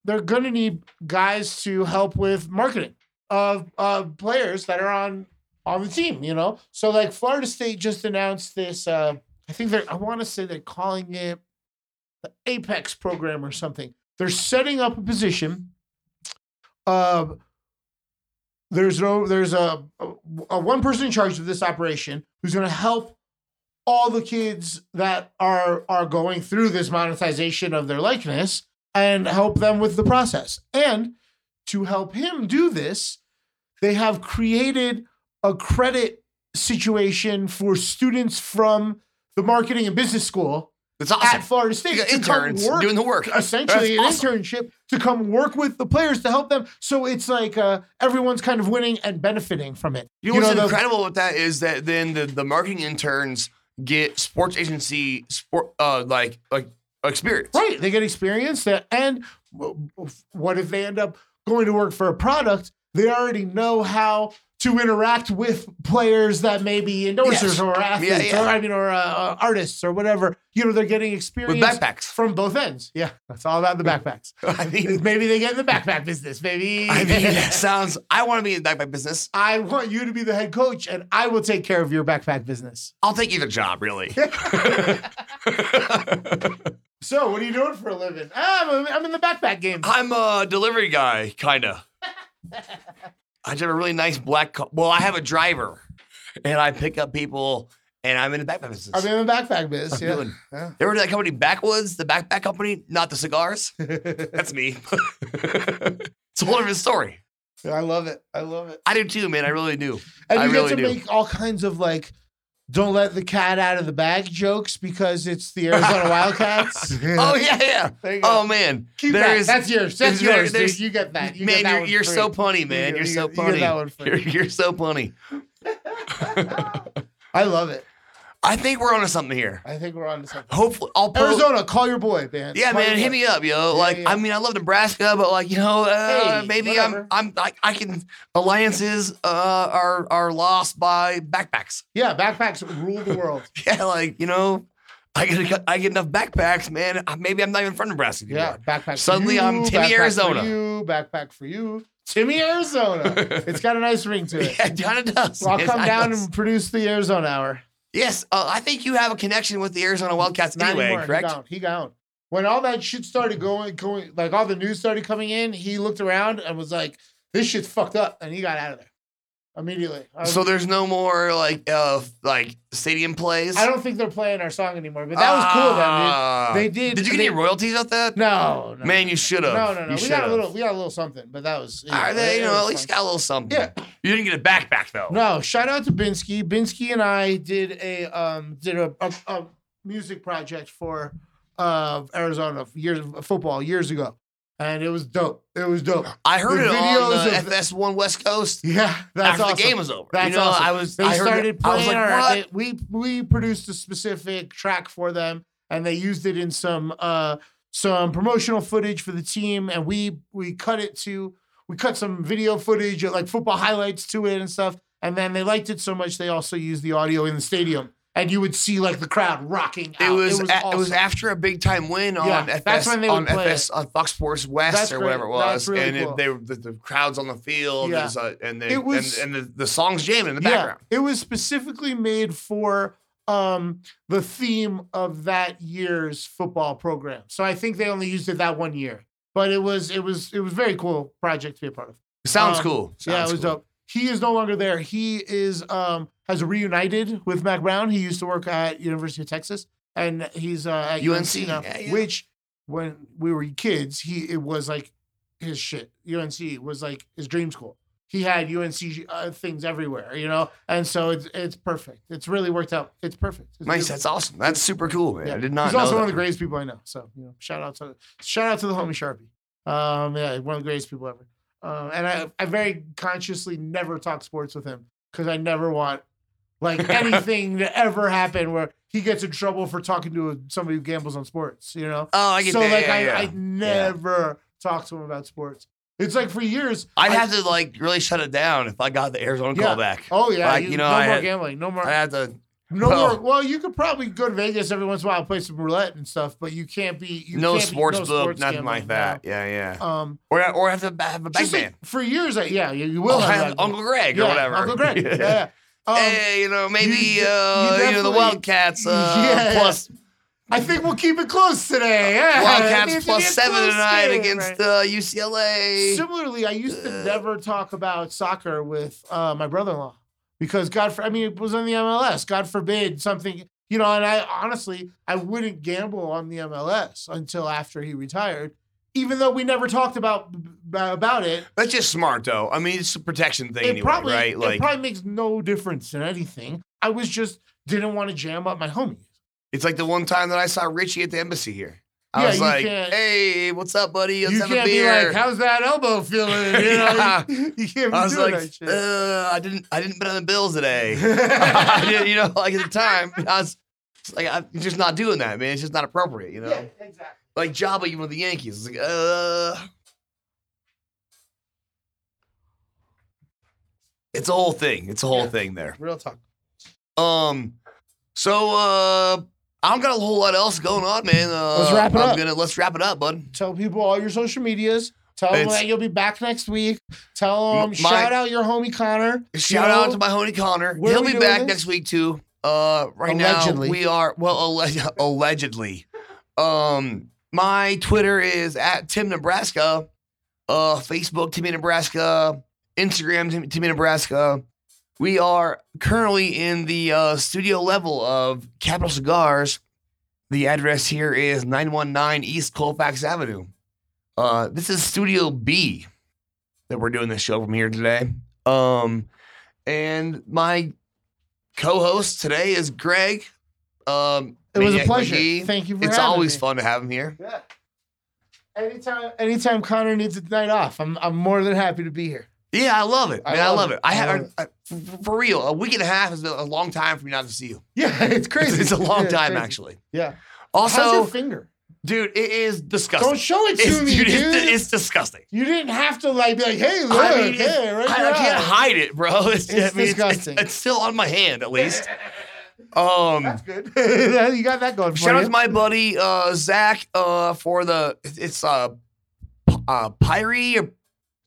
Speaker 2: they're gonna need guys to help with marketing of uh, players that are on on the team. You know, so like Florida State just announced this. Uh, I think they're I want to say they're calling it the Apex program or something. They're setting up a position. Um, there's no there's a, a, a one person in charge of this operation who's going to help all the kids that are are going through this monetization of their likeness and help them with the process. And to help him do this, they have created a credit situation for students from the marketing and business school
Speaker 1: It's awesome.
Speaker 2: at Florida State
Speaker 1: You got
Speaker 2: to come
Speaker 1: interns
Speaker 2: work
Speaker 1: doing the work.
Speaker 2: essentially an
Speaker 1: That's
Speaker 2: internship to come work with the players to help them. So it's like uh, everyone's kind of winning and benefiting from it.
Speaker 1: You know what's
Speaker 2: the-
Speaker 1: incredible with that is that then the, the marketing interns get sports agency sport uh like like experience.
Speaker 2: right? They get experience there, and w- w- what if they end up going to work for a product? They already know how to interact with players that may be endorsers
Speaker 1: Yes.
Speaker 2: or athletes,
Speaker 1: yeah.
Speaker 2: or I mean, or uh, uh, artists or whatever. You know, they're getting
Speaker 1: With
Speaker 2: experience
Speaker 1: backpacks.
Speaker 2: from both ends. Yeah, that's all about the backpacks.
Speaker 1: I mean
Speaker 2: Maybe they get in the backpack business. Maybe
Speaker 1: I mean that sounds I want to be in the backpack business.
Speaker 2: I want you to be the head coach and I will take care of your backpack business.
Speaker 1: I'll take either job really.
Speaker 2: So, what are you doing for a living? Ah, I'm, I'm in the backpack game.
Speaker 1: I'm a delivery guy, kinda. I have a really nice black car. Well, I have a driver and I pick up people and I'm in the backpack business.
Speaker 2: I'm in the backpack biz.
Speaker 1: I'm
Speaker 2: Yeah.
Speaker 1: doing- They were that company Backwoods, the backpack company, not the cigars. That's me. it's a whole different story.
Speaker 2: Yeah, I love it. I love it.
Speaker 1: I do too, man. I really do.
Speaker 2: And
Speaker 1: I
Speaker 2: you
Speaker 1: really
Speaker 2: get to
Speaker 1: do.
Speaker 2: make all kinds of like, don't let the cat out of the bag jokes because it's the Arizona Wildcats.
Speaker 1: Oh yeah, yeah.
Speaker 2: There you go.
Speaker 1: Oh man,
Speaker 2: Keep
Speaker 1: there
Speaker 2: that.
Speaker 1: is-
Speaker 2: That's yours. That's
Speaker 1: there's- there-
Speaker 2: yours. dude.
Speaker 1: there's-
Speaker 2: You get that. You
Speaker 1: man,
Speaker 2: get that
Speaker 1: you're,
Speaker 2: one
Speaker 1: you're
Speaker 2: free.
Speaker 1: so punny, man.
Speaker 2: get-
Speaker 1: You're
Speaker 2: you
Speaker 1: so
Speaker 2: get- you get
Speaker 1: punny.
Speaker 2: that one free.
Speaker 1: You're you're so punny.
Speaker 2: I love it.
Speaker 1: I think we're onto something here.
Speaker 2: I think we're on to something.
Speaker 1: Hopefully, I'll post.
Speaker 2: Arizona, call your boy, man.
Speaker 1: Oh. Yeah,
Speaker 2: Call
Speaker 1: man,
Speaker 2: your
Speaker 1: hit
Speaker 2: boy.
Speaker 1: me up, yo. Like,
Speaker 2: yeah.
Speaker 1: I mean, I love Nebraska, but like, you know, uh,
Speaker 2: Hey,
Speaker 1: maybe
Speaker 2: whatever.
Speaker 1: I'm, I'm, I, I can. Alliances uh, are are lost by backpacks.
Speaker 2: Yeah, backpacks rule the world.
Speaker 1: Yeah, like you know, I get I get enough backpacks, man. I- Maybe I'm not even from Nebraska anymore.
Speaker 2: Yeah, backpack. for
Speaker 1: Suddenly
Speaker 2: you,
Speaker 1: I'm Timmy,
Speaker 2: backpack
Speaker 1: Arizona.
Speaker 2: For you, backpack for you, Timmy Arizona. it's got a nice ring to it.
Speaker 1: Yeah, Donna does.
Speaker 2: Well, I'll
Speaker 1: man,
Speaker 2: come
Speaker 1: Donna
Speaker 2: down
Speaker 1: does.
Speaker 2: and produce the Arizona hour.
Speaker 1: Yes, uh, I think you have a connection with the Arizona Wildcats
Speaker 2: Not
Speaker 1: anyway,
Speaker 2: anymore.
Speaker 1: correct?
Speaker 2: He gone. He gone. When all that shit started going, going, like all the news started coming in, he looked around and was like, "This shit's fucked up," and he got out of there. immediately. I,
Speaker 1: So there's no more like uh like stadium plays.
Speaker 2: I don't think they're playing our song anymore, but that was cool. Then,
Speaker 1: Ah.
Speaker 2: dude. They did.
Speaker 1: Did you get
Speaker 2: they,
Speaker 1: any royalties off that?
Speaker 2: No, no.
Speaker 1: Man, you should have.
Speaker 2: No, no,
Speaker 1: You
Speaker 2: no. we got
Speaker 1: should've.
Speaker 2: a little. We got a little something, but that was.
Speaker 1: All right, they, you
Speaker 2: it
Speaker 1: know, at
Speaker 2: was
Speaker 1: least
Speaker 2: fun.
Speaker 1: got a little something.
Speaker 2: Yeah.
Speaker 1: You didn't get it back back though.
Speaker 2: No, shout out to Binsky. Binsky and I did a um did a, a, a music project for uh Arizona years football years ago, and it was dope. It was dope.
Speaker 1: I heard
Speaker 2: The
Speaker 1: it
Speaker 2: videos
Speaker 1: on the
Speaker 2: of the-
Speaker 1: FS1 West Coast
Speaker 2: Yeah, that's
Speaker 1: after
Speaker 2: awesome.
Speaker 1: the game was over.
Speaker 2: That's
Speaker 1: you know,
Speaker 2: awesome.
Speaker 1: I was
Speaker 2: They
Speaker 1: I heard
Speaker 2: started
Speaker 1: it, I was
Speaker 2: playing
Speaker 1: like,
Speaker 2: our.
Speaker 1: what?
Speaker 2: they- we we produced a specific track for them, and they used it in some uh some promotional footage for the team, and we we cut it to we cut some video footage uh, like football highlights to it and stuff, and then they liked it so much they also used the audio in the stadium, and you would see like the crowd rocking.
Speaker 1: It
Speaker 2: out.
Speaker 1: was a- it was,
Speaker 2: awesome.
Speaker 1: after a big time win on
Speaker 2: Yeah,
Speaker 1: FS
Speaker 2: that's when they would
Speaker 1: on
Speaker 2: play
Speaker 1: FS on Fox Sports West
Speaker 2: That's
Speaker 1: or
Speaker 2: great.
Speaker 1: whatever it
Speaker 2: That's
Speaker 1: was,
Speaker 2: really
Speaker 1: and
Speaker 2: cool.
Speaker 1: it, they were- the, the crowds on the field,
Speaker 2: Yeah.
Speaker 1: is, uh, and they,
Speaker 2: It was-
Speaker 1: and, and the, the songs jamming in the background.
Speaker 2: it was specifically made for um the theme of that year's football program. So I think they only used it that one year. But it was it was it was very cool project to be a part of.
Speaker 1: Sounds
Speaker 2: Um,
Speaker 1: cool.
Speaker 2: yeah,
Speaker 1: Sounds
Speaker 2: it was
Speaker 1: cool.
Speaker 2: dope. He is no longer there. He is um has reunited with Mac Brown. He used to work at University of Texas and he's uh at UNC,
Speaker 1: UNC,
Speaker 2: now,
Speaker 1: yeah, yeah.
Speaker 2: which when we were kids, he it was like his shit. UNC was like his dream school. He had UNC uh, things everywhere, you know, and so it's it's perfect. It's really worked out. It's perfect. It's
Speaker 1: Nice.
Speaker 2: beautiful.
Speaker 1: That's awesome. That's super cool, man.
Speaker 2: Yeah.
Speaker 1: I did not
Speaker 2: He's
Speaker 1: know.
Speaker 2: also one
Speaker 1: that.
Speaker 2: of the greatest people I know. So you know, shout out to shout out to the homie Sharpie. Um, yeah, one of the greatest people ever. Um, and I, I very consciously never talk sports with him because I never want like anything to ever happen where he gets in trouble for talking to somebody who gambles on sports. You know,
Speaker 1: Oh, I get
Speaker 2: so
Speaker 1: that.
Speaker 2: like
Speaker 1: yeah,
Speaker 2: I,
Speaker 1: yeah.
Speaker 2: I never talk to him about sports. It's like for years
Speaker 1: I'd
Speaker 2: I-
Speaker 1: have to like really shut it down if I got the Arizona
Speaker 2: Yeah.
Speaker 1: call back.
Speaker 2: Oh yeah,
Speaker 1: Like,
Speaker 2: you,
Speaker 1: you know,
Speaker 2: no
Speaker 1: I
Speaker 2: more
Speaker 1: had-
Speaker 2: gambling, no more,
Speaker 1: I'd have to.
Speaker 2: no
Speaker 1: well-
Speaker 2: more. Well, you could probably go to Vegas every once in a while, play some roulette and stuff, but you can't be you
Speaker 1: no
Speaker 2: can't be-
Speaker 1: sports book,
Speaker 2: sports
Speaker 1: nothing
Speaker 2: gambling,
Speaker 1: like that. Yeah, yeah.
Speaker 2: no. Um,
Speaker 1: Or or have to ba- have a back
Speaker 2: just
Speaker 1: man.
Speaker 2: like for years, I, yeah, you, you will
Speaker 1: Well,
Speaker 2: have
Speaker 1: have
Speaker 2: that.
Speaker 1: Oh, Uncle Greg
Speaker 2: yeah,
Speaker 1: or whatever.
Speaker 2: Uncle Greg, yeah,
Speaker 1: yeah.
Speaker 2: yeah. Um,
Speaker 1: hey, you know, maybe
Speaker 2: you
Speaker 1: uh, you, know the
Speaker 2: definitely-
Speaker 1: Wildcats uh,
Speaker 2: Yeah.
Speaker 1: plus
Speaker 2: I think we'll keep it close today. Yeah, it needs
Speaker 1: Wildcats
Speaker 2: to
Speaker 1: plus
Speaker 2: be a
Speaker 1: seven
Speaker 2: close
Speaker 1: tonight
Speaker 2: game,
Speaker 1: against
Speaker 2: right.
Speaker 1: uh, UCLA.
Speaker 2: Similarly, I used to
Speaker 1: Uh,
Speaker 2: never talk about soccer with uh, my brother-in-law because God, for, I mean, it was on the MLS. God forbid something, you know. And I honestly, I wouldn't gamble on the MLS until after he retired, even though we never talked about about it.
Speaker 1: That's just smart though. I mean, it's a protection thing,
Speaker 2: it
Speaker 1: anyway,
Speaker 2: probably
Speaker 1: right?
Speaker 2: it
Speaker 1: Like
Speaker 2: probably makes no difference in anything. I was just didn't want to jam up my homies.
Speaker 1: it's like the one time that I saw Richie at the embassy here. I
Speaker 2: Yeah,
Speaker 1: was
Speaker 2: you
Speaker 1: like,
Speaker 2: can't-
Speaker 1: "Hey, what's up, buddy? Let's
Speaker 2: you
Speaker 1: have
Speaker 2: can't
Speaker 1: a beer."
Speaker 2: be like, "How's that elbow feeling?" You, know,
Speaker 1: Yeah.
Speaker 2: you, you can't be
Speaker 1: I was
Speaker 2: doing
Speaker 1: like,
Speaker 2: that shit.
Speaker 1: uh, I didn't, I didn't bet on the bills today. I didn't- you know, like at the time, I was it's like, I'm just not doing that, man. It's just not appropriate, you know.
Speaker 2: yeah, exactly.
Speaker 1: Like Jabba, even with the Yankees, it's like, uh, it's a whole thing. It's a whole
Speaker 2: Yeah.
Speaker 1: thing there.
Speaker 2: Real talk.
Speaker 1: Um, so uh, I don't got a whole lot else going on, man. Uh,
Speaker 2: Let's wrap it
Speaker 1: I'm
Speaker 2: up.
Speaker 1: Gonna, let's wrap it up, bud.
Speaker 2: Tell people all your social medias. Tell them
Speaker 1: It's-
Speaker 2: that you'll be back next week. Tell them
Speaker 1: M- my-
Speaker 2: shout out your homie Connor.
Speaker 1: Shout
Speaker 2: You know,
Speaker 1: out to my homie Connor.
Speaker 2: where
Speaker 1: He'll
Speaker 2: we
Speaker 1: be
Speaker 2: doing
Speaker 1: back
Speaker 2: this?
Speaker 1: next week too. Uh, right
Speaker 2: Allegedly.
Speaker 1: now we are well alle- allegedly. Um, my Twitter is at Tim Nebraska, uh, Facebook Timmy Nebraska, Instagram Tim, Timmy Nebraska. We are currently in the uh, studio level of Capital Cigars. The address here is 919 East Colfax Avenue. Uh, this is Studio B that we're doing this show from here today. Um, and my co-host today is Greg. Um,
Speaker 2: It was a
Speaker 1: Maniac
Speaker 2: pleasure.
Speaker 1: McGee.
Speaker 2: Thank you for
Speaker 1: It's
Speaker 2: having
Speaker 1: always
Speaker 2: me.
Speaker 1: fun to have him here.
Speaker 2: Yeah. Anytime, anytime Connor needs a night off, I'm I'm more than happy to be here.
Speaker 1: Yeah, I love it.
Speaker 2: I
Speaker 1: Man, I
Speaker 2: love
Speaker 1: love
Speaker 2: it.
Speaker 1: it. I,
Speaker 2: I
Speaker 1: ha
Speaker 2: love
Speaker 1: I, for, for real, a week and a half is a a long time for me not to see you.
Speaker 2: Yeah, it's crazy.
Speaker 1: It's a long
Speaker 2: Yeah, it's
Speaker 1: time
Speaker 2: crazy.
Speaker 1: actually.
Speaker 2: Yeah. How's your
Speaker 1: Also,
Speaker 2: finger?
Speaker 1: dude, it is disgusting.
Speaker 2: Don't show it to
Speaker 1: it's,
Speaker 2: me,
Speaker 1: dude,
Speaker 2: dude.
Speaker 1: It's, it's disgusting.
Speaker 2: you didn't have to like be like, hey, look,
Speaker 1: I mean, it's-
Speaker 2: hey, right
Speaker 1: I, I can't hide it, bro. It's,
Speaker 2: It's
Speaker 1: I mean, it's- it's-
Speaker 2: disgusting.
Speaker 1: It's, still on my hand, at least. Um,
Speaker 2: That's good. you got that going. For
Speaker 1: Shout out
Speaker 2: you.
Speaker 1: to my buddy uh, Zach uh, for the it's uh, p- uh Pyrie or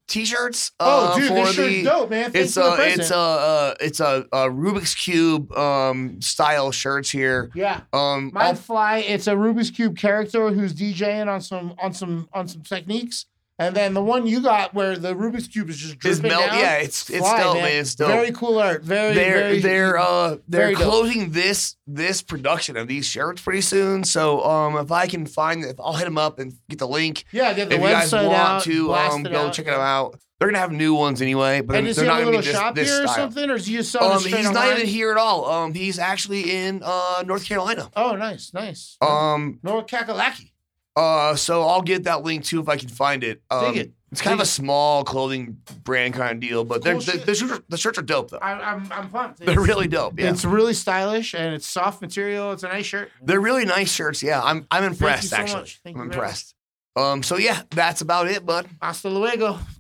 Speaker 1: t-shirts. Uh,
Speaker 2: oh, dude,
Speaker 1: for
Speaker 2: this shirt's
Speaker 1: the,
Speaker 2: dope, man. Thanks
Speaker 1: It's
Speaker 2: for the
Speaker 1: a
Speaker 2: present.
Speaker 1: it's a uh, it's a, a Rubik's cube um style shirts here.
Speaker 2: yeah.
Speaker 1: Um,
Speaker 2: Mine
Speaker 1: I'll-
Speaker 2: fly. It's a Rubik's cube character who's DJing on some on some on some techniques, And then the one you got where the Rubik's cube is just
Speaker 1: It's
Speaker 2: dripping
Speaker 1: melt.
Speaker 2: down.
Speaker 1: Yeah, it's it's
Speaker 2: Fly,
Speaker 1: still
Speaker 2: man.
Speaker 1: man. It's still
Speaker 2: very cool art. Very,
Speaker 1: they're
Speaker 2: very.
Speaker 1: they're uh they're
Speaker 2: very dope.
Speaker 1: closing this this production of these shirts pretty soon. So um if I can find if I'll hit them up and get the link.
Speaker 2: yeah, get the
Speaker 1: if you guys
Speaker 2: website
Speaker 1: want
Speaker 2: out.
Speaker 1: to
Speaker 2: blast
Speaker 1: um
Speaker 2: it
Speaker 1: go
Speaker 2: out.
Speaker 1: check them out. They're gonna have new ones anyway, but
Speaker 2: And
Speaker 1: they're
Speaker 2: is he
Speaker 1: not
Speaker 2: have a
Speaker 1: gonna be
Speaker 2: little
Speaker 1: this,
Speaker 2: shop
Speaker 1: this
Speaker 2: here or
Speaker 1: style.
Speaker 2: something, or is he just selling it
Speaker 1: Um,
Speaker 2: straight
Speaker 1: he's not
Speaker 2: online?
Speaker 1: even here at all. Um, he's actually in uh, North Carolina.
Speaker 2: Oh, nice, nice.
Speaker 1: Um,
Speaker 2: North Kakalaki.
Speaker 1: uh, so I'll get that link too if I can find it. Um,
Speaker 2: Dig it.
Speaker 1: It's kind
Speaker 2: Dig
Speaker 1: of a small clothing brand kind of deal, but they're,
Speaker 2: Cool
Speaker 1: the,
Speaker 2: shit.
Speaker 1: the, shirts are, the shirts are dope though.
Speaker 2: I, I'm I'm pumped.
Speaker 1: They're really dope. Yeah,
Speaker 2: It's really stylish and it's soft material. It's a nice shirt.
Speaker 1: they're really nice shirts. Yeah, I'm I'm
Speaker 2: Thank you
Speaker 1: impressed
Speaker 2: so
Speaker 1: actually.
Speaker 2: much. Thank
Speaker 1: I'm
Speaker 2: you very much.
Speaker 1: impressed. Um, so yeah, that's about it, bud.
Speaker 2: Hasta luego.